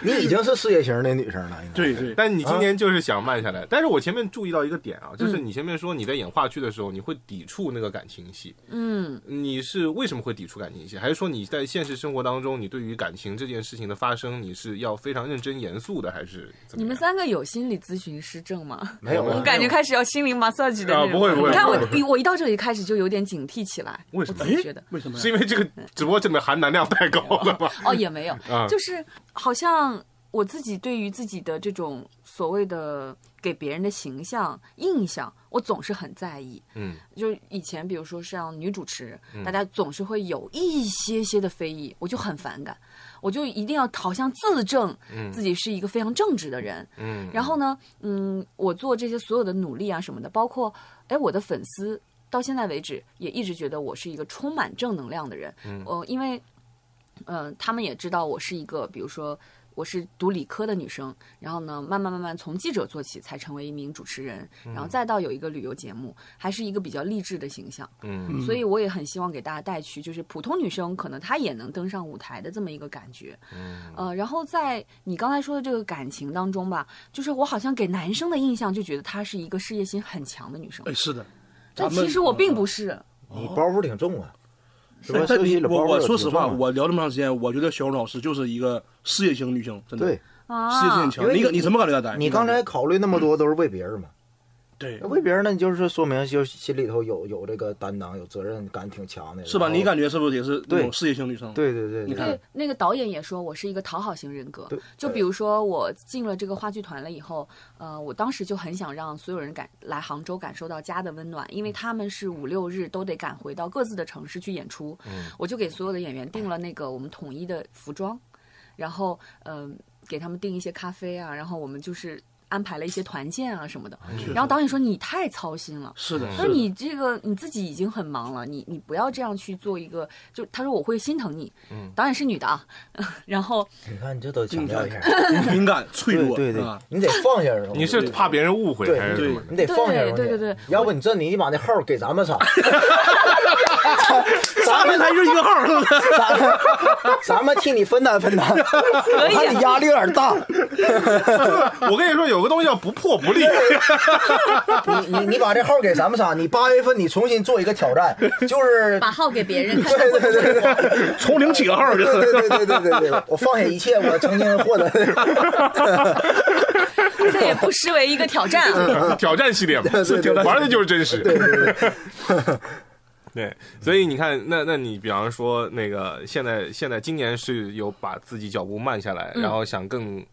你已经是事业型的女生了，应该
对对，
但你今天就是想慢
啊
下来。但是我前面注意到一个点
嗯
啊，就是你前面说你在演话剧的时候，你会抵触那个感情戏，
嗯，
你是为什么会抵触感情戏？还是说你在现实生活当中，你对于感情这件事情的发生，你是要非常认真严肃的，还是怎 么
你
样？
们三个有心理咨询师证吗？
没有啊，
我感觉开始要心灵 massage 的
啊
那种
不会不会
你看
不
我
会
一我一到这里开始就有点警惕起来，
为什么
我自己觉
哎
得，
为什么呀
是？因为这个直播真的含男量太高了吧？
哦，也没有，
啊
就是好像我自己对于自己的这种所谓的给别人的形象印象，我总是很在意。
嗯
就是以前，比如说像女主持，大家总是会有一些些的非议，我就很反感。我就一定要好像自证自己是一个非常正直的人。
嗯，
然后呢，嗯，我做这些所有的努力啊什么的，包括哎，我的粉丝到现在为止也一直觉得我是一个充满正能量的人。嗯，呃，因为，嗯、他们也知道我是一个，比如说我是读理科的女生，然后呢，慢慢慢慢从记者做起，才成为一名主持人，然后再到有一个旅游节目，还是一个比较励志的形象。
嗯
所以我也很希望给大家带去，就是普通女生可能她也能登上舞台的这么一个感觉。嗯，呃，然后在你刚才说的这个感情当中吧，就是我好像给男生的印象就觉得她是一个事业心很强的女生，
哎，是的，
但
咱们嗯
其实我并不是。啊
你包袱挺重啊，是吧？
但
设计
你
里
我
包
我
袱
说
挺
实
重啊
话，
的
我聊这么长时间，我觉得小荣老师就是一个事业型女性，真的，
对
事业心
啊
很，
因
强。
为
你
你
你怎么感觉大呆？
你刚才考虑那么多都是为别人嘛？
对
那为别人呢，你就是说明就是心里头有有这个担当、有责任感挺强的，
是吧？
然后
你感觉是不是也是那
对
种事业型女生？，
对对对，
你
对
看
对，那个导演也说我是一个讨好型人格
对。
就比如说我进了这个话剧团了以后，呃，我当时就很想让所有人感来杭州感受到家的温暖，因为他们是五六日都得赶回到各自的城市去演出。我就给所有的演员订了那个我们统一的服装，然后嗯、给他们订一些咖啡啊，然后我们就是安排了一些团建啊什么的。然后导演说你太操心了。
是
嗯
的，
他
嗯是
说
的。
你这个你自己已经很忙了，你你不要这样去做一个，就他说我会心疼你，
嗯
导演是女的啊， 然后
你看你这都强调一下，
敏感、脆
对
弱，
对对
是吧，
你得放下容易，
你是怕别人误会
对
还是什么？
你得放下容易，
对对对对
要不你这你把那号给咱们查，
咱们才是一个号，是不是？
咱们咱们替你分担分担，我看你压力有点大，
我跟你说，有个东西叫不破不立。
你你你把这号给咱们查，你八月份你重新做一个挑战，就是
把号给别人 看，
对对对对。
从零起个号，就
对
是。
对对对对对对，我放下一切，我曾经获得
这也不失为一个挑战啊。
挑战系列嘛，
对对对
玩的就是真实。
对对对，
对，所以你看，那那你比方说那个现在现在今年是有把自己脚步慢下来，然后想更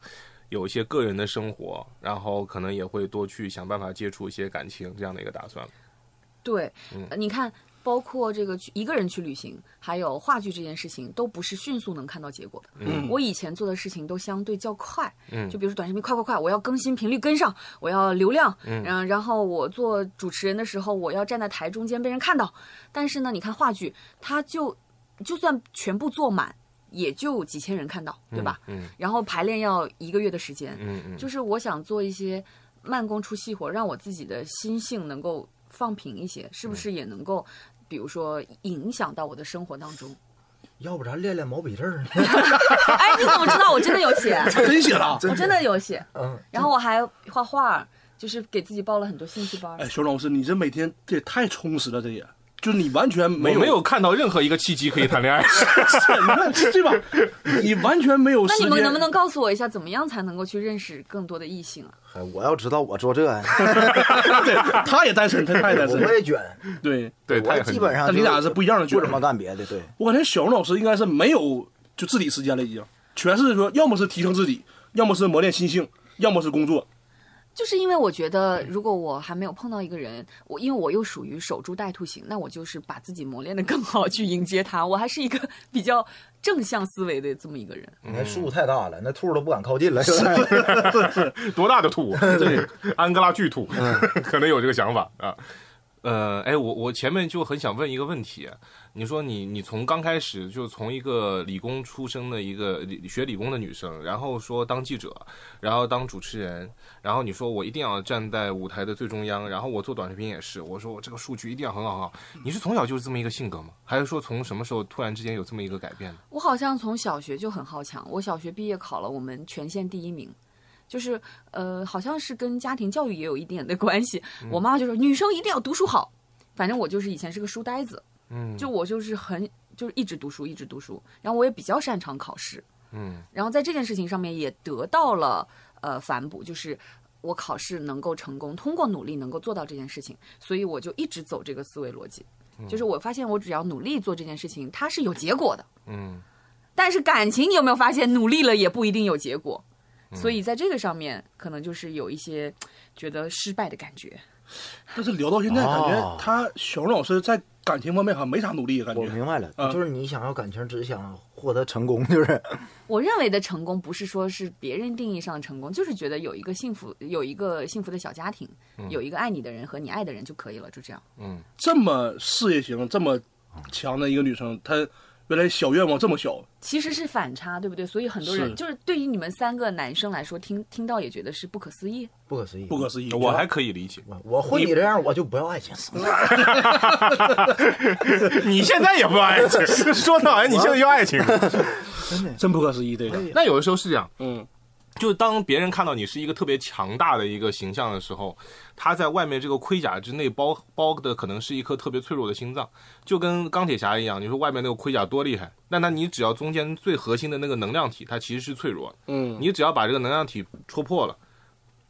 有一些个人的生活，然后可能也会多去想办法接触一些感情这样的一个打算。
对，
嗯
呃你看，包括这个去一个人去旅行，还有话剧这件事情，都不是迅速能看到结果的。
嗯
我以前做的事情都相对较快，
嗯
就比如说短视频，快快快，我要更新频率跟上，我要流量，
嗯
然后然后我做主持人的时候，我要站在台中间被人看到。但是呢，你看话剧，它就就算全部坐满，也就几千人看到，对吧？
嗯
然后排练要一个月的时间，
嗯嗯，
就是我想做一些慢工出细活，让我自己的心性能够放平一些，是不是也能够，比如说影响到我的生活当中？
要不咱练练毛笔字儿呢？
哎，你怎么知道我真的有写？
真写了啊。
我真的有写，
嗯，
然后我还画画，就是给自己报了很多兴趣班
哎，。熊老师，你这每天这也太充实了，这也就是你完全没
我
有
没有看到任何一个契机可以谈恋爱。
你看对吧？你完全没有
那
时
你
间。
们能不能告诉我一下，怎么样才能够去认识更多的异性啊？
哎我要知道我做这，
对，他也单身，他他也单
我我
身。
也卷，
对，
对，他
我
也很
基本上
但你俩是
就
不一样的
不
卷
怎么干别的，对，
我感觉小荣老师应该是没有就自理时间了，已经全是说要么是提升自己，要么是磨练心性，要么是工作。
就是因为我觉得，如果我还没有碰到一个人，我因为我又属于守株待兔型，那我就是把自己磨练的更好，去迎接他。我还是一个 比较正向思维的这么一个人。
你那树太大了，那兔都不敢靠近了。
多大的兔？对，安哥拉巨兔，可能有这个想法啊。呃，哎，我我前面就很想问一个问题，啊你说你你从刚开始就从一个理工出身的一个理学理工的女生，然后说当记者，然后当主持人，然后你说我一定要站在舞台的最中央，然后我做短视频也是，我说我这个数据一定要很好很好。你是从小就是这么一个性格吗？还是说从什么时候突然之间有这么一个改变呢？
我好像从小学就很好强，我小学毕业考了我们全县第一名。就是呃，好像是跟家庭教育也有一点的关系。
嗯
我妈妈就说女生一定要读书好，反正我就是以前是个书呆子，
嗯，
就我就是很就是一直读书，一直读书，然后我也比较擅长考试，
嗯，
然后在这件事情上面也得到了呃反哺，就是我考试能够成功，通过努力能够做到这件事情，所以我就一直走这个思维逻辑，就是我发现我只要努力做这件事情，它是有结果的，
嗯，
但是感情你有没有发现，努力了也不一定有结果。所以在这个上面，可能就是有一些觉得失败的感觉。
但是聊到现在，感
哦
觉他小荣老师在感情方面好像没啥努力，感
我
觉
明白了，
嗯
就是你想要感情，只想获得成功，就是
我认为的成功，不是说是别人定义上的成功，就是觉得有一个幸福，有一个幸福的小家庭，有一个爱你的人和你爱的人就可以了，就这样。
这么事业型、这么强的一个女生，她原来小愿望这么小，
其实是反差，对不对？所以很多人
是
就是对于你们三个男生来说，听听到也觉得是不可思议。
不可思议。
不可思议。
我还可以理解，
我我混你这样，我就不要爱情。
你现在也不要爱情，说的好像你现在要爱情。
真不可思议，这个，
那有的时候是这样，
嗯，
就当别人看到你是一个特别强大的一个形象的时候，他在外面这个盔甲之内包包的可能是一颗特别脆弱的心脏，就跟钢铁侠一样。你说外面那个盔甲多厉害，那那你只要中间最核心的那个能量体，它其实是脆弱的。
嗯，
你只要把这个能量体戳破了，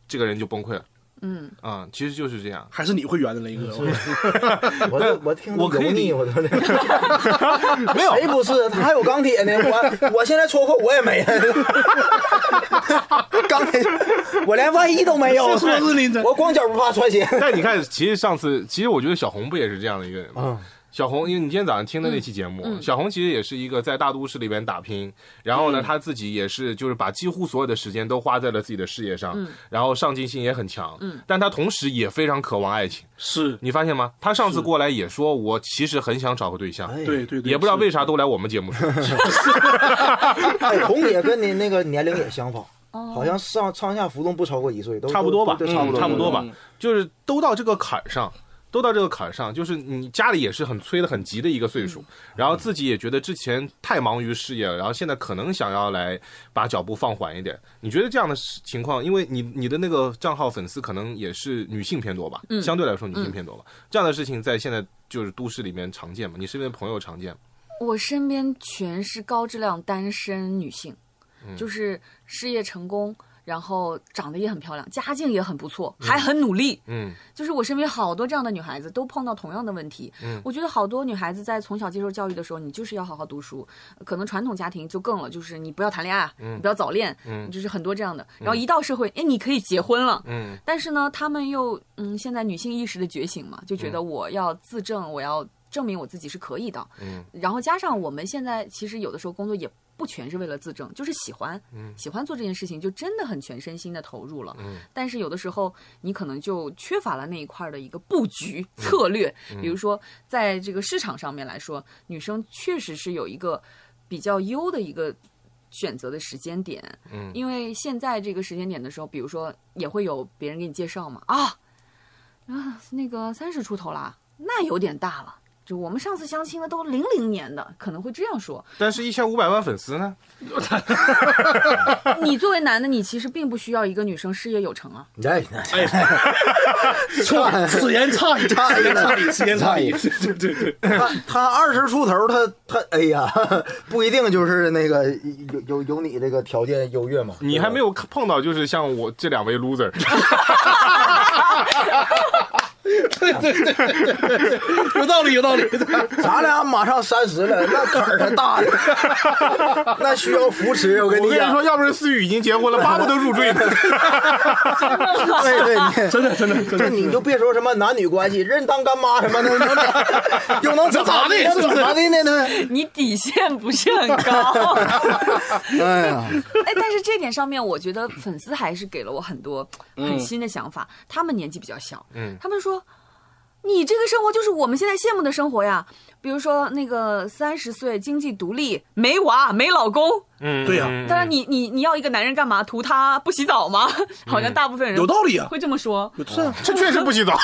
这个人就崩溃了。
嗯
啊、其实就是这样。
还是你会圆的雷哥，
我都我听着
我可以
油
理
腻，我都谁
没有，
不是？他还有钢铁呢，我我现在戳破我也没了， 钢铁我连万一都没有，
是不是你这
我光脚不怕穿鞋。
但你看，其实上次，其实我觉得小红不也是这样的一个人吗？
嗯
小红，因为你今天早上听的那期节目，小红其实也是一个在大都市里边打拼，然后呢，她自己也是就是把几乎所有的时间都花在了自己的事业上，然后上进心也很强，但她同时也非常渴望爱情，
是
你发现吗？她上次过来也说，我其实很想找个对象，
哎
对对对，
也不知道为
啥。
啥都来我们节目说，
哎，红姐跟你那个年龄也相仿，好像上上下浮动不超过一岁，都
差不多吧，
都
嗯
都差不多，
差不多吧
嗯，
就是都到这个坎儿上，都到这个坎儿上，就是你家里也是很催的很急的一个岁数，然后自己也觉得之前太忙于事业了，然后现在可能想要来把脚步放缓一点。你觉得这样的事情况，因为你你的那个账号粉丝可能也是女性偏多吧，相对来说女性偏多吧，这样的事情在现在就是都市里面常见嘛，你身边的朋友常见吗？
我身边全是高质量单身女性，就是事业成功，然后长得也很漂亮，家境也很不错，还很努力。
嗯，
就是我身边好多这样的女孩子都碰到同样的问题。嗯，我觉得好多女孩子在从小接受教育的时候，你就是要好好读书。可能传统家庭就更了，就是你不要谈恋爱，你不要早恋，嗯，就是很多这样的。然后一到社会，哎，你可以结婚了，
嗯，
但是呢，她们又嗯，现在女性意识的觉醒嘛，就觉得我要自证，我要证明我自己是可以的。
嗯，
然后加上我们现在其实有的时候工作也。不全是为了自证，就是喜欢，
嗯
喜欢做这件事情，就真的很全身心的投入了。但是有的时候你可能就缺乏了那一块儿的一个布局
嗯
策略。比如说，在这个市场上面来说，女生确实是有一个比较优的一个选择的时间点。
嗯
因为现在这个时间点的时候，比如说也会有别人给你介绍嘛，啊啊，那个三十出头啦，那有点大了。就我们上次相亲的都零零年的，可能会这样 说。
但是一千五百万粉丝呢？
你作为男的，你其实并不需要一个女生事业有成啊。
哎，
差此言差矣，差
矣
差矣，此言差矣。对对对，
他他二十出头，他他哎呀，不一定就是那个有有有你这个条件优越嘛。
你还没有碰到就是像我这两位 loser，
有道理，有道理。
咱俩马上三十了，那坎儿还大呢，那需要扶持。我跟
我
你
跟你
讲
说，，要不是思雨已经结婚了，巴不得入赘呢。
对对，
真的，真
嗯
的，
你
真的。
这你就别说什么男女关系，认当干妈什么的，能能又能咋的？又能咋的呢？呢？
你底线不是很高。
哎呀，
哎，但是这点上面，我觉得粉丝还是给了我很多很新的想法。他们年纪比较小，
嗯
他们说你这个生活就是我们现在羡慕的生活呀。比如说那个三十岁经济独立，没娃没老公，
嗯，
对呀
嗯
当然你你你要一个男人干嘛？图他不洗澡吗？好像大部分人
嗯有道理啊
会这么说。
是啊，
这确实不洗澡。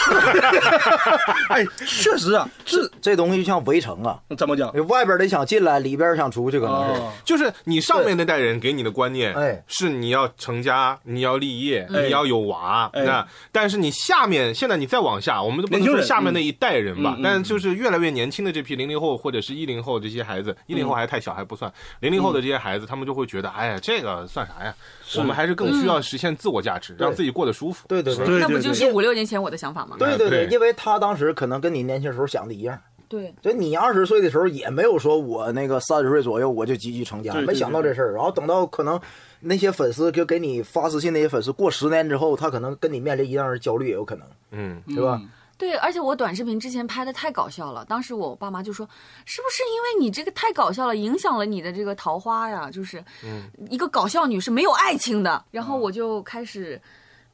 哎，确实啊，这
这东西就像围城啊，
怎么
哎
讲？
外边的想进来，里边想出去，可能是。
哦
啊，
就是你上面那代人给你的观念，
哎
是你要成家，你要立业，
哎
你要有娃，
哎
那但是你下面现在你再往下，我们都不能
年轻
说
人
下面那一代人吧
嗯嗯，嗯
但就是越来越年轻的这批零零后或者是一零后这些孩子，一零后还太小还不算，零零后的这些孩子，他们就会觉得，哎呀，这个算啥呀？我们还是更需要实现自我价值，让自己过得舒服。
对对对
对
那不
对
就
对，
是五六年前我的想法吗？
对对对，
对
因为他当时可能跟你年轻时候想的一样，
对，
就你二十岁的时候也没有说我那个三十岁左右我就急于成家，
对对
没想到这事儿。然后等到可能那些粉丝就给你发私信那些粉丝，过十年之后，他可能跟你面临一样的焦虑也有可能，
嗯，
对吧？。
对，而且我短视频之前拍的太搞笑了，当时我爸妈就说，是不是因为你这个太搞笑了，影响了你的这个桃花呀？就是，
嗯
一个搞笑女是没有爱情的。然后我就开始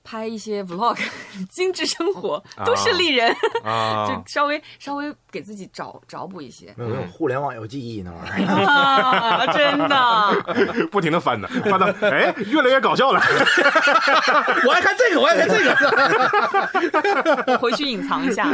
拍一些 vlog，精 致生活，
哦
都是丽人，
啊
就，稍微稍微给自己找找补一些
没有用，互联网有记忆那玩意儿。
啊，真的，
不停的翻的，翻到哎，越来越搞笑了。
我爱看这个，我爱看这个。
我回去隐藏一下。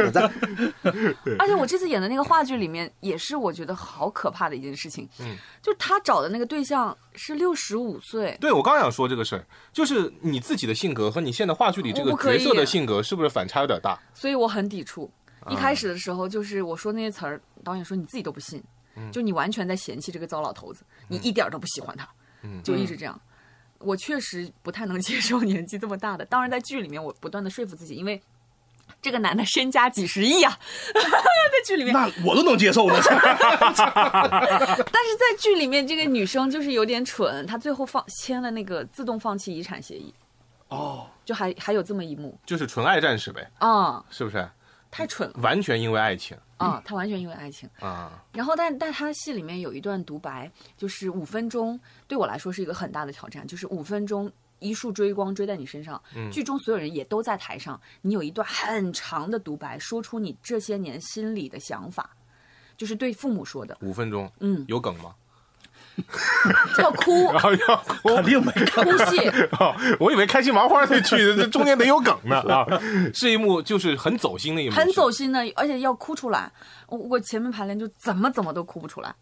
而且我这次演的那个话剧里面，也是我觉得好可怕的一件事情。嗯，就是他找的那个对象是六十五岁，
对，我刚想说这个事儿，就是你自己的性格和你现在话剧里这
我
个
不可
角
以
色的性格是不是反差有点大？
所以我很抵触。一开始的时候，就是我说那些词儿，导演说你自己都不信，就你完全在嫌弃这个糟老头子，你一点儿都不喜欢他，就一直这样。我确实不太能 接受年纪这么大的。当然，在剧里面，我不断的说服自己，因为这个男的身家几十亿啊， 在剧里面
那我都能接 受呢。
但是在剧里面，这个女生就是有点蠢，她最后放签了那个自动放弃遗产协议，
哦，
就还还有这么一幕
就是纯爱战士呗，
啊、
是不是？
太蠢了
完全因为爱情
啊、她完全因为爱情。
啊，
然后但，但她戏里面有一段独白，就是五分钟，对我来说是一个很大的挑战，就是五分钟。一束追光追在你身上，剧中所有人也都在台上，你有一段很长的独白，说出你这些年心里的想法，就是对父母说的，
五分钟，
嗯
有梗吗？
要哭
然后要哭
肯定没看。
哭戏，
哦，我以为开心麻花那剧这中间得有梗 呢啊，是一幕就是很走心的一幕，
很
是
走心的，而且要哭出来。我我前面排练就怎么怎么都哭不出来，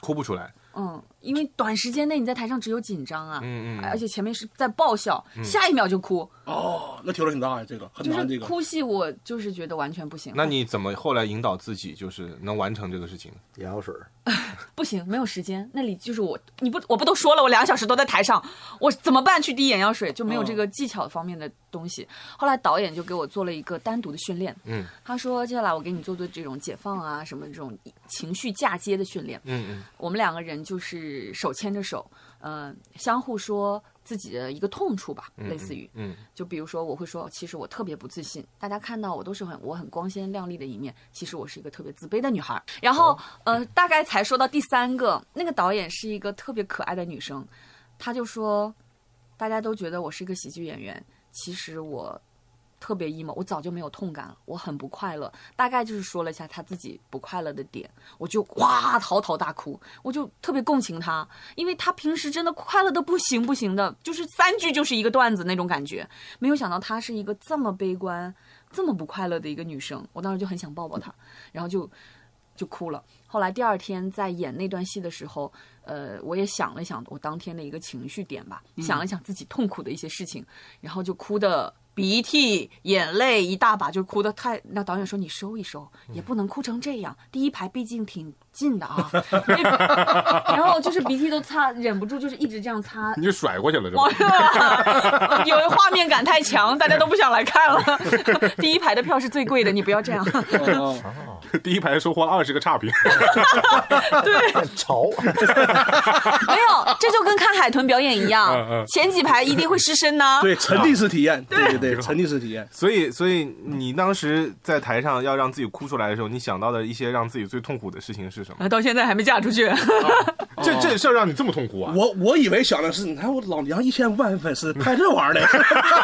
哭不出来，
嗯，因为短时间内你在台上只有紧张啊，
嗯嗯嗯
而且前面是在爆笑，下一秒就哭，
哦，那调整挺大呀，这个很
就
难，这
是
个。
哭戏，我就是觉得完全不行。
那你怎么后来引导自己就是能完成这个事情？
眼药水儿，
不行，没有时间，那里就是我，你不我不都说了，我两个小时都在台上，我怎么办去滴眼药水？就没
嗯
有这个技巧方面的东西。后来导演就给我做了一个单独的训练，
嗯，
他说接下来我给你做做这种解放啊，什么这种情绪嫁接的训练，
嗯嗯，
我们两个人就是手牵着手，呃，相互说自己的一个痛处吧，类似于，
嗯，
就比如说我会说，其实我特别不自信，大家看到我都是很我很光鲜亮丽的一面，其实我是一个特别自卑的女孩儿。然后，呃，大概才说到第三个，那个导演是一个特别可爱的女生，她就说，大家都觉得我是一个喜剧演员，其实我。特别 emo，我早就没有痛感了，我很不快乐。大概就是说了一下她自己不快乐的点，我就哇嚎啕大哭，我就特别共情她，因为她平时真的快乐的不行不行的，就是三句就是一个段子那种感觉。没有想到她是一个这么悲观、这么不快乐的一个女生，我当时就很想抱抱她，然后就就哭了。后来第二天在演那段戏的时候，呃，我也想了想我当天的一个情绪点吧，想了想自己痛苦的一些事情，然后就哭的。鼻涕、眼泪一大把，就哭的太。那导演说：“你收一收，也不能哭成这样。第一排毕竟挺近的啊。” 然后就是鼻涕都擦，忍不住就是一直这样擦，
你就甩过去了，是吧
哇，？ 因为画面感太强，大家都不想来看了。 第一排的票是最贵的，你不要这样。
哦哦
第一排收获了二十个差评，
潮。
没有，这就跟看海豚表演一
嗯
样
嗯，
前几排一定会失身呐。
对，沉浸式体验，对对
哎
对，沉浸式体验。
所以所以你当时在台上要让自己哭出来的时候，你想到的一些让自己最痛苦的事情是什 么？
啊，到现在还没嫁出去，
这这事儿让你这么痛苦啊？
我我以为想的是，你看我老娘一千五百万粉丝拍这玩意儿呢，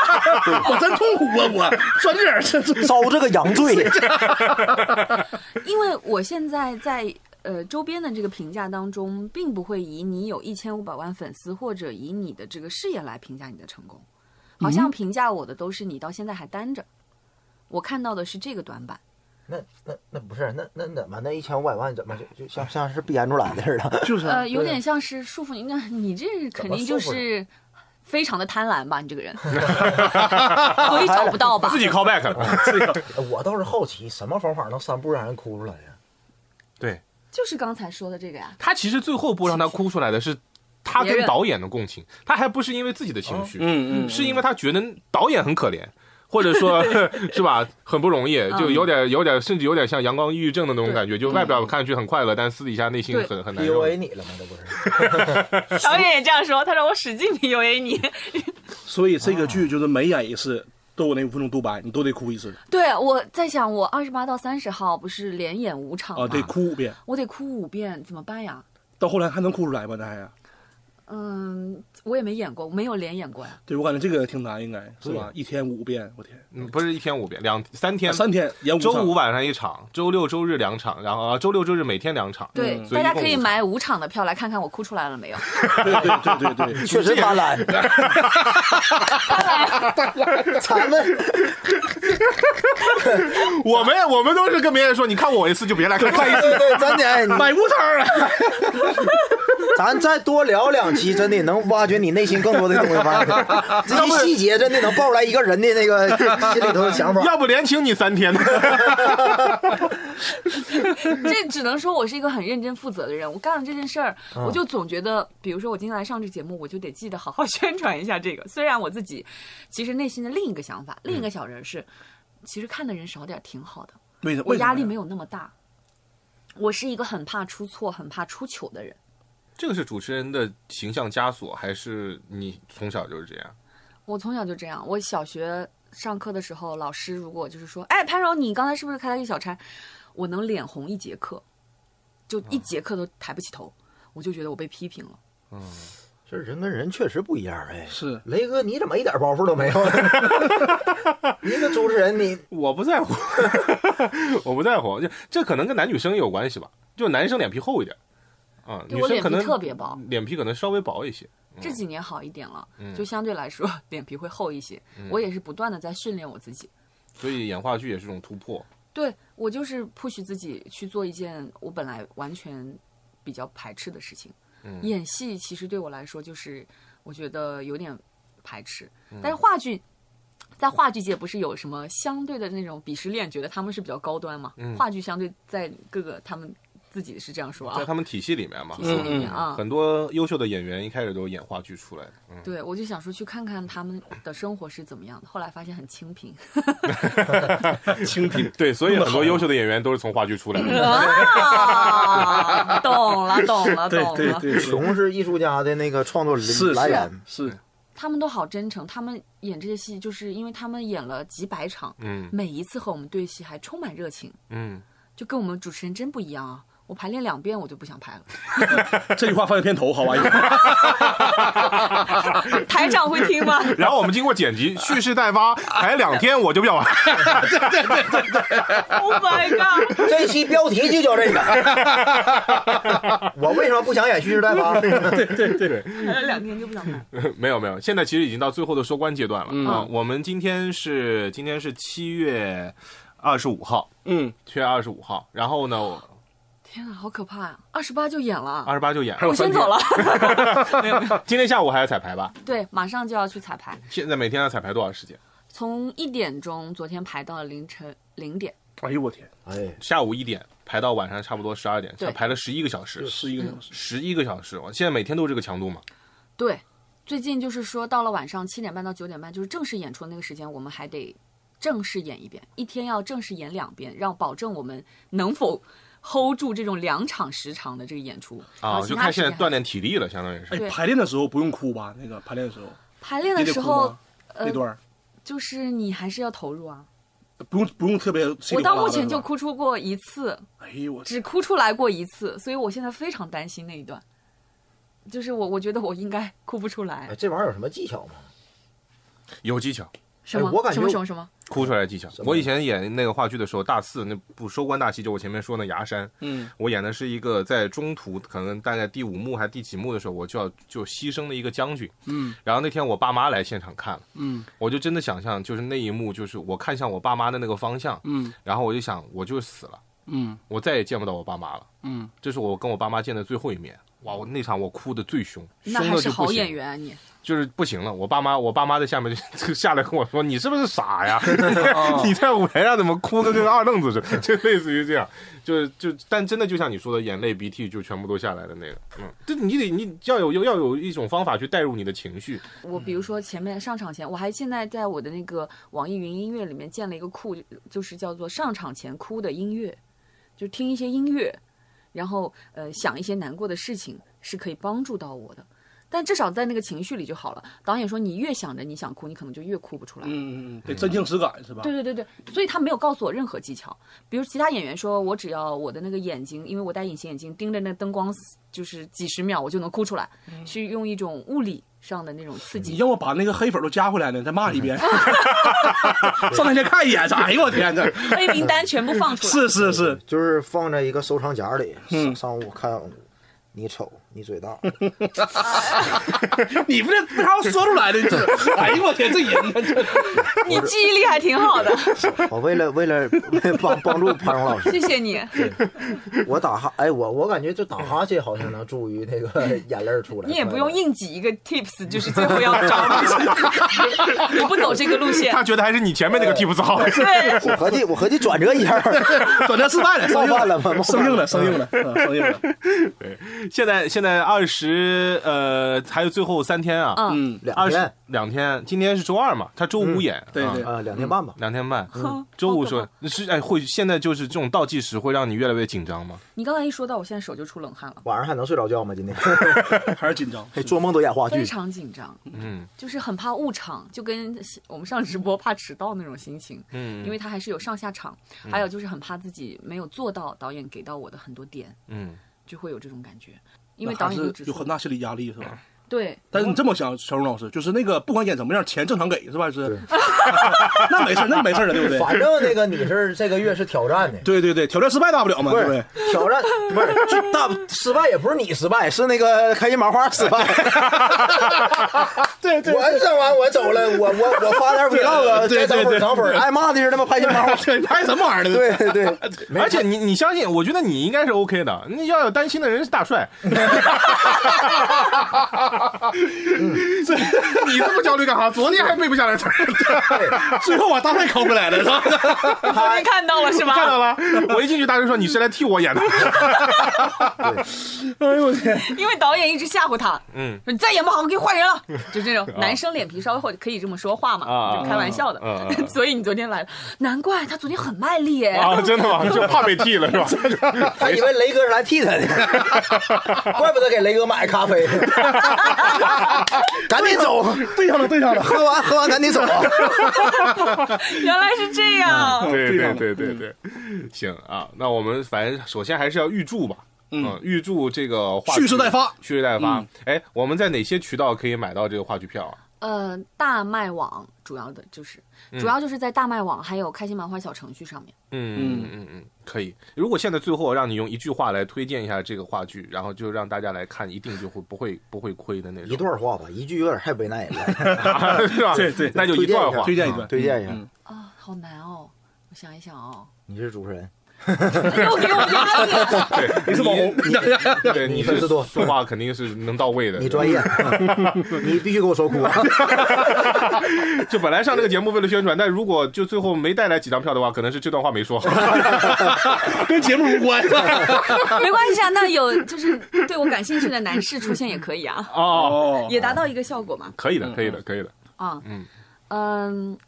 我真痛苦啊！我转点儿这这
遭这个洋罪，
因为我现在在。呃，周边的这个评价当中，并不会以你有一千五百万粉丝或者以你的这个事业来评价你的成功，好像评价我的都是你到现在还单着，我看到的是这个短板。
那那那不是那那怎么那一千五百万怎么就就像像是编出来的似的？
就是啊
呃，有点像是束缚你。那你这肯定就
怎么束缚
是非常的贪婪吧？你这个人，所以找不到吧
自？己 call back 了，
嗯
我倒是好奇，什么方法能三步让人哭出来呀？
对
就是刚才说的这个呀。
他其实最后不让他哭出来的是他
别
跟
人
导演的共情，他还不是因为自己的
哦
情绪，
嗯嗯，
是因为他觉得导演很可怜。或者说， 是吧？很不容易，
嗯
就有点、有点，甚至有点像阳光抑郁症的那种感觉。就外表看上去很快乐，但私底下内心
对
很很难受。
PUA 你了吗？这不 是？
导演也这样说，他说我使劲 PUA 你。
所以这个剧就是每演一次，都有那五分钟独白，你都得哭一次
对，我在想，我二十八到三十号不是连演五场
啊，
吗？
得哭五遍，
我得哭五遍，怎么办呀？
到后来还能哭出来吗？那还呀，啊
嗯，我也没演过，我没有连演过呀。
对我感觉这个挺难，应该是吧？一天五遍，我天，啊
嗯，不是一天五遍，两三天，
三天演五
周
场
五晚上一场，周六周日两场，然后啊周六周日每天两场。
对，
所
大家
一
嗯
共
可以
五场
买五场的票来看看我哭出来了没有。
对对对对对，
确实贪 婪， 咱们
我们我们都是跟别人说，你看我一次就别来看看一次。
对对，真的，哎你
买五场啊！
咱再多聊两期，真的能挖掘你内心更多的东西。发现 这些细节真的能爆出来一个人的那个心里头的想法。
要不连请你三天呢？
这只能说我是一个很认真负责的人。我干了这件事儿，我就总觉得，比如说我今天来上这节目，我就得记得好 好宣传一下这个。虽然我自己其实内心的另一个想法，另一个小人是，其实看的人少点儿挺好的，
为什么？
我压力没
有。
有那么大。我是一个很怕出错、很怕出糗的人。
这个是主持人的形象枷锁，还是你从小就是这样？
我从小就这样。我小学上课的时候，老师如果就是说：“哎，潘柔，你刚才是不是开了一个小差？”我能脸红一节课，就
嗯
一节课都抬不起头，我就觉得我被批评了。
这人跟人确实不一样，哎，
是
雷哥，你怎么一点包袱都没有？你 一个主持人，你
我不 在乎，我不在乎，就这可能跟男女生有关系吧。就男生脸皮厚一点，啊、
对
女
我
生
脸
可
皮
能
特别薄，
脸皮可能稍微薄一些。
嗯
这几年好一点了，就相对来说脸皮会厚一些。
嗯
我也是不断的在训练我自己，
所以演话剧也是一种突破。
对我就是 push 自己去做一件我本来完全比较排斥的事情。
嗯
演戏其实对我来说就是我觉得有点排斥，
嗯
但是话剧。在话剧界不是有什么相对的那种鄙视链，觉得他们是比较高端嘛？
嗯
话剧相对在各个他们自己是这样说啊，
在他们体系里面嘛，嗯
体系里面啊
很多优秀的演员一开始都是演话剧出来的。嗯
对，我就想说去看看他们的生活是怎么样的。后来发现很清贫，
清贫，
对，所以
那么
很多
好
优秀的演员都是从话剧出来的。
啊，懂了，懂了，
对
懂
对
了。
对，
穷是艺术家的那个创作
是
来源，
是
他们都好真诚，他们演这些戏，就是因为他们演了几百场，
嗯
每一次和我们对戏还充满热情，
嗯，
就跟我们主持人真不一样啊！我排练两遍我就不想 排了，
这句话放在片头，好吧？
台长会听吗？
然后我们经过剪辑，蓄势 待发，排两天我就不要玩。
Oh my god！
这期标题就叫这个。 我为什么不想演蓄势待发？
排了两天就不想排。
没有没有，现在其实已经到最后的收官阶段了、
嗯
啊。我们今天是今天是七月二十五号，
嗯，
七月二十五号，然后呢，
天哪，啊好可怕呀、2二十八就演了，
二十八就演
还有
我
了。
先走了。
今天下午还要彩排吧？
对，马上就要去彩排，
现在每天要彩排多少时间？
从一点钟昨天排到了凌晨零点。
哎呦我天，
哎，
下午一点排到晚上差不多十二点，
对
排了十一个小时，
十一个小时，
十一个小时，我现在每天都是这个强度嘛。
对，最近就是说到了晚上七点半到九点半，就是正式演出的那个时间，我们还得正式演一遍，一天要正式演两遍，让保证我们能否 hold 住这种两场时长的这个演出。然
啊，
后其
就
他
看
时
现
间
在锻炼体力了，相当于
哎
是。
嗯对，
排练的时候不用哭吧？那个排练的时候，
排练
你
的
得
时
哭
候
吗？，
呃
那段儿
就是你还是要投入啊。
不用不用特别稀
我
里哗啦的。
到目前就是
吧，
哭出过一次，
哎呦我
只哭出来过一次，所以我现在非常担心那一段。就是我，我觉得我应该哭不出来
哎，这玩意儿有什么技巧吗？
有技巧，
什么
我感觉
什么什么什么，
哭出来的技巧。
么
我以前演那个话剧的时候，大四那部收官大戏，就我前面说那崖山，
嗯，
我演的是一个在中途，可能大概第五幕还第几幕的时候，我就要就牺牲了一个将军。
嗯，
然后那天我爸妈来现场看了，
嗯，
我就真的想象，就是那一幕，就是我看向我爸妈的那个方向，
嗯
然后我就想，我就死了，
嗯
我再也见不到我爸妈了。
嗯，
这是我跟我爸妈见的最后一面。哇，我那场我哭的最凶，
那
凶
还
的
是
就不
好
行
演，员啊你。
就是不行了。我爸妈，我爸妈在下面就 就下来跟我说：“你是不是傻 呀？
哦
你在舞台上怎么哭的跟个二愣子似的？”就 类似于这样，就是就但真的就像你说的，眼泪鼻涕就全部都下来的那个，嗯，这你得你要有要有一种方法去带入你的情绪，
我
嗯
比如说前面上场前，我还现在在我的那个网易云音乐里面建了一个库，就是叫做上场前哭的音乐，就听一些音乐，然后呃想一些难过的事情是可以帮助到我的。但至少在那个情绪里就好了。导演说，你越想着你想哭，你可能就越哭不出来。
嗯嗯嗯，得真情实感是吧？
对对对对，所以他没有告诉我任何技巧。比如其他演员说，我只要我的那个眼睛，因为我戴隐形眼镜，盯着那灯光，就是几十秒，我就能哭出来，是用一种物理上的那种
嗯
刺
你
激。
让我把那个黑粉都加回来呢，再骂一 遍。上台先看一眼，哎呦我天， 这
黑名单全部放出来，
是是是，
就是放在一个收藏夹里，
嗯
上上午看，你丑，你嘴大，
你不这为啥要说出来呢？这， 哎呦我天，这人呢这
你记忆力还挺好的，
我为了为了帮帮助潘荣老 师，
谢谢你。
我打哈，哎，我我感觉就打哈欠好像能助于那个眼泪儿出来。
你也不用硬挤一个 tips，就是最后要找路线，我不走这个路线
他。觉得还是你前面
啊
那个 tips 好。
对，
我合计我合计转折 一下儿，
转折失败 了，生
冒
硬
犯了冒犯了
生硬了，生硬了， 嗯生硬了。
现在现在二十呃，还有最后三天啊，
嗯，
嗯，
两
二十
天
两天，今天是周二嘛，他周五演，
对
啊
对
啊，两天半吧。
两天半。
哼
周五
好可怕
说是哎，会现在就是这种倒计时会让你越来越紧张吗？
你刚才一说到，我现在手就出冷汗了，
晚上还能睡着觉吗？今天
还是紧张。
嘿做梦都演话剧
非，常紧张，
嗯
就是很怕误场，就跟我们上直播怕迟到那种心情。
嗯，
因为他还是有上下场，还有就是很怕自己没有做到导演给到我的很多点，
嗯
就会有这种感觉。因
那
为
还
导演就是指
有
出
很，大心理压力是吧？
对，
但是你这么想，小荣老师，就是那个不管演什么样，钱正常给是吧？是
对，
那没事儿，那没事儿了，对 不对？
反正那个你是这个月是挑战的，
对对对，挑战失败大不了嘛，
不
啊对
是
不对？
挑战，不是就大失败也不是你失败，是那个开心麻花失败。
对
我整完我走了，我我我发点 vlog
对对
再涨
对
粉涨粉，挨骂的是他妈拍心 麻花。
对，拍什么玩意儿呢？
对对对，
嗯，而且你你相信，我觉得你应该是 OK 的。你要有担心的人是大帅， 你这么焦虑干啥？昨天还背不下来词 儿，
最后把大帅抠回来了，是吧？
昨天看到了是
看到
吧？
了。我一进去，大帅说你是来替我演的。
哎呦我天！
因为导演一直吓唬他，
嗯，
说你再演不好，我给你换人了，就这种男生脸皮稍微厚，可以这么说话
啊
嘛，就开玩笑
啊啊啊啊
的。 所以你昨天来了，难怪他昨天很卖力耶。
啊，真的吗？就怕被替了是吧？
他以为雷哥是来替他 的，怪不得给雷哥买咖啡。赶紧走，
对啊上了，对上 了。
喝完喝完赶紧走。
原来是这样，
啊
对
对
对
上
对对对，行啊，那我们反正首先还是要预祝吧。嗯，预祝这个话剧
蓄势待发
蓄势待发。哎，我们在哪些渠道可以买到这个话剧票啊？
呃，大麦网主要的就是，主要就是在大麦网还有开心麻花小程序上面。
嗯嗯嗯嗯，可以。如果现在最后让你用一句话来推荐一下这个话剧，然后就让大家来看，一定就会不会不会亏的那种。
一段话吧，一句有点太为难人了，
段是吧？
对对对
那就一段话。
推荐一段，
推荐一下。
嗯嗯
啊，好难哦！我想一想 哦，
你是主持人，
又哎给我压力了。
对，你是网红，对，
你
你
粉
是
丝多
说话肯定是能到位的。
你专业，
嗯
你必须给我说哭啊！
就本来上这个节目为了宣传，但如果就最后没带来几张票的话，可能是这段话没 说好。
跟节目无关。
没关系啊，那有就是对我感兴趣的男士出现也可以啊，
哦，
哦，
也达到一个效果嘛。
可
嗯
以的，可以的，可以的。
啊，
嗯
嗯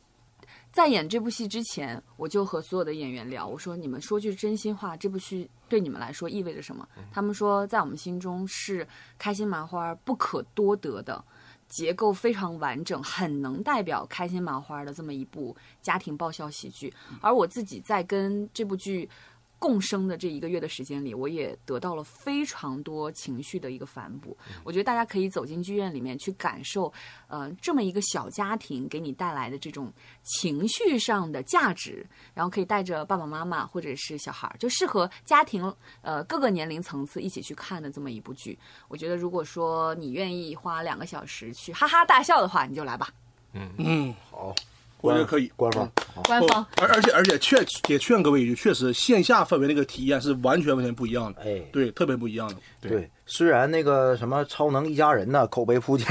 在演这部戏之前，我就和所有的演员聊，我说你们说句真心话，这部戏对你们来说意味着什么？他们说，在我们心中是开心麻花不可多得的。结构非常完整，很能代表开心麻花的这么一部家庭爆笑喜剧。而我自己在跟这部剧共生的这一个月的时间里，我也得到了非常多情绪的一个反哺。我觉得大家可以走进剧院里面去感受，呃，这么一个小家庭给你带来的这种情绪上的价值，然后可以带着爸爸妈妈或者是小孩儿，就适合家庭呃各个年龄层次一起去看的这么一部剧。我觉得如果说你愿意花两个小时去哈哈大笑的话，你就来吧。
嗯，
好，
我觉得可以。
官方好，
官 方
哦而而且而且劝也劝各位一句，确实线下氛围那个体验是完全完全不一样的，
哎
对，特别不一样的。
对，虽然那个什么《超能一家人》呐口碑扑街，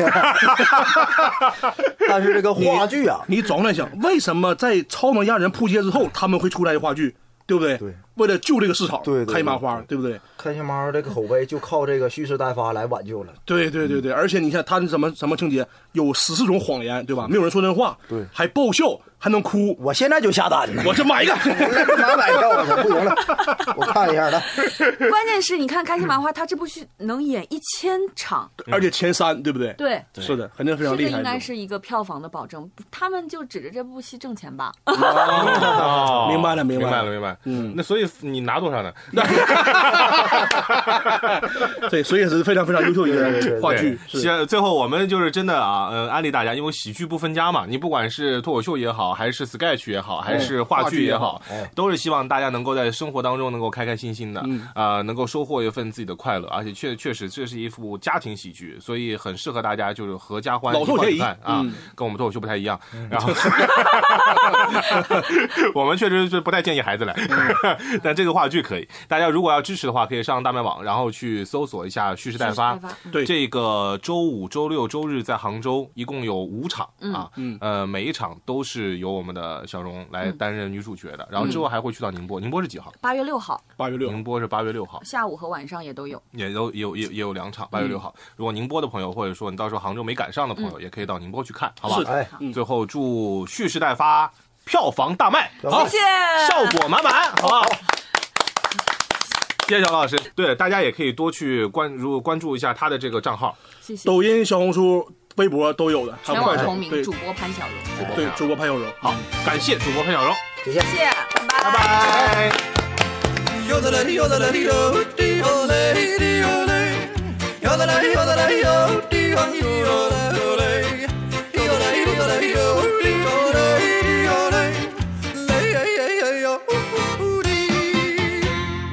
但是这个话剧啊，
你总在想，为什么在超能压人扑街之后，他们会出来一话剧，对不对？
对，
为了救这个市场，
对对对
开麻花，对不对？
开心麻花这个口碑就靠这个蓄势待发来挽救了。
对对
嗯
对对，而且你看他什么什么情节，有十四种谎言，对吧？没有人说真话，
对
还爆笑，还能哭，
我现在就下单呢。
我这买一个。
哪 买票啊？我不行了，我看一下来。
关键是，你看开心麻花，他这部剧能演一千场，
而且前三，对不对？
对，
是的，肯定非
这
常
个
厉害。
应该是一个票房的保证。他们就指着这部戏挣钱吧。
哦
明白了
明
明白
白
了
了，明白了。嗯，那所以你拿多少呢？
对，所以也是非常非常优秀一
对对
个
对
话
对
剧。是，
先最后我们就是真的啊，呃，安利大家，因为喜剧不分家嘛，你不管是脱口秀也好，还是 sketch 也好，
哎
还是话剧也好，都是希望大家能够在生活当中能够开开心心的，啊、
嗯
能够收获一份自己的快乐，而且确确实这是一部家庭喜剧，所以很适合大家就是合家欢
老
一
少
块
皆
儿
宜
看啊，
嗯
跟我们脱口秀不太一样，然 后我们确实是不太建议孩子来，
嗯
但这个话剧可以，大家如果要支持的话，可以上大麦网，然后去搜索一下蓄势待发
蓄势待发。嗯
对
这个周五、周六、周日在杭州一共有五场啊，
嗯
嗯
呃，每一场都是由我们的小荣来担任女主角的，
嗯
然后之后还会去到宁波，宁波是几号？
八月六号
八月六，
宁波是八月六号。
下午和晚上也都有。
也都也有也也有两场，八月六号。
嗯
如果宁波的朋友，或者说你到时候杭州没赶上的朋友，也可以到宁波去看，好吧？
是的
哎，
最后祝蓄势待发，票房大卖，好，
谢谢
效果满满，好不好？谢谢小高老师，对大家也可以多去关注关注一下他的这个账号，
谢谢。
抖音、小红书、微博都有的，还
全
有
网
快手
同。名啊
对
主播潘晓荣，
对，主播潘晓荣。好。
感谢主播潘小荣，
谢谢。
谢谢，拜拜
拜嗯拜。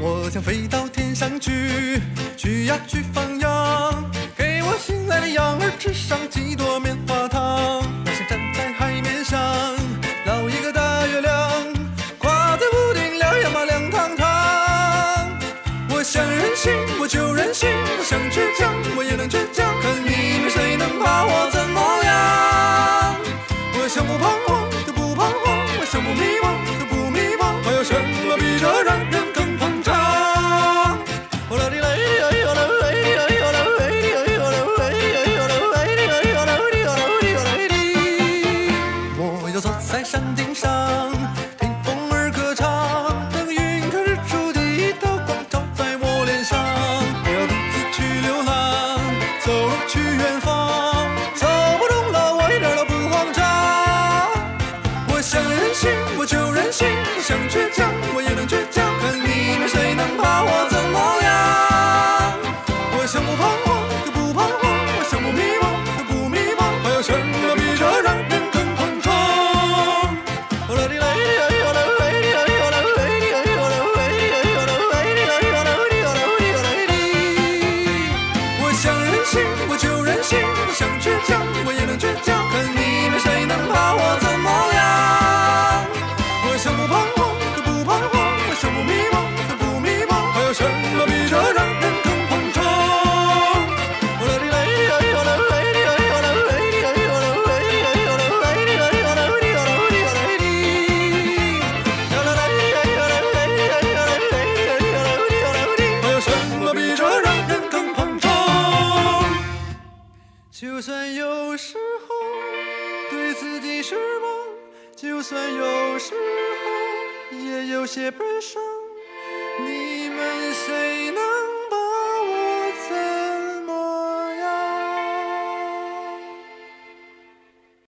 我想飞到天上去，去呀去放羊，给我心爱的羊儿吃上几朵棉花糖。我想站在海面上，捞一个大月亮，挂在屋顶聊呀嘛亮堂堂。我想任性，我就任性；我想倔强，我也能倔强。看你们谁能把我怎么样？我想不彷徨，就不彷徨；我想不迷茫，就不迷茫。还有什么比这让人更膨胀？哦啦哩啦哩啦哩啦哩啦哩啦哩啦哩啦哩啦哩。我要坐在山顶上，听风儿歌唱，等云开日出第一道光照在我脸上。我要独自去流浪，走去远方，走不动了，我一点都不慌张。我想任性，我就任性；我想倔强，我也能倔强。看你们谁能把我怎么样？我想不彷徨，就不彷徨；我想不迷茫，就不迷茫。还有什么比这让人更膨胀？哦啦哩啦哩啦哩啦哩啦哩啦哩啦哩啦哩啦哩啦哩。我想任性，我就任性；我想倔强，我也能倔强。看你们谁能把我怎么样？我想不彷徨，就不彷徨；我想不迷茫，就不迷茫。还有什么比这让人更膨胀？哦啦哩啦哩啦哩啦哩啦哩啦哩啦哩啦哩啦哩啦哩啦哩啦哩。还有什么比这让人更膨胀？就算有时候对自己失望，就算有时候也有些悲伤，你们谁能？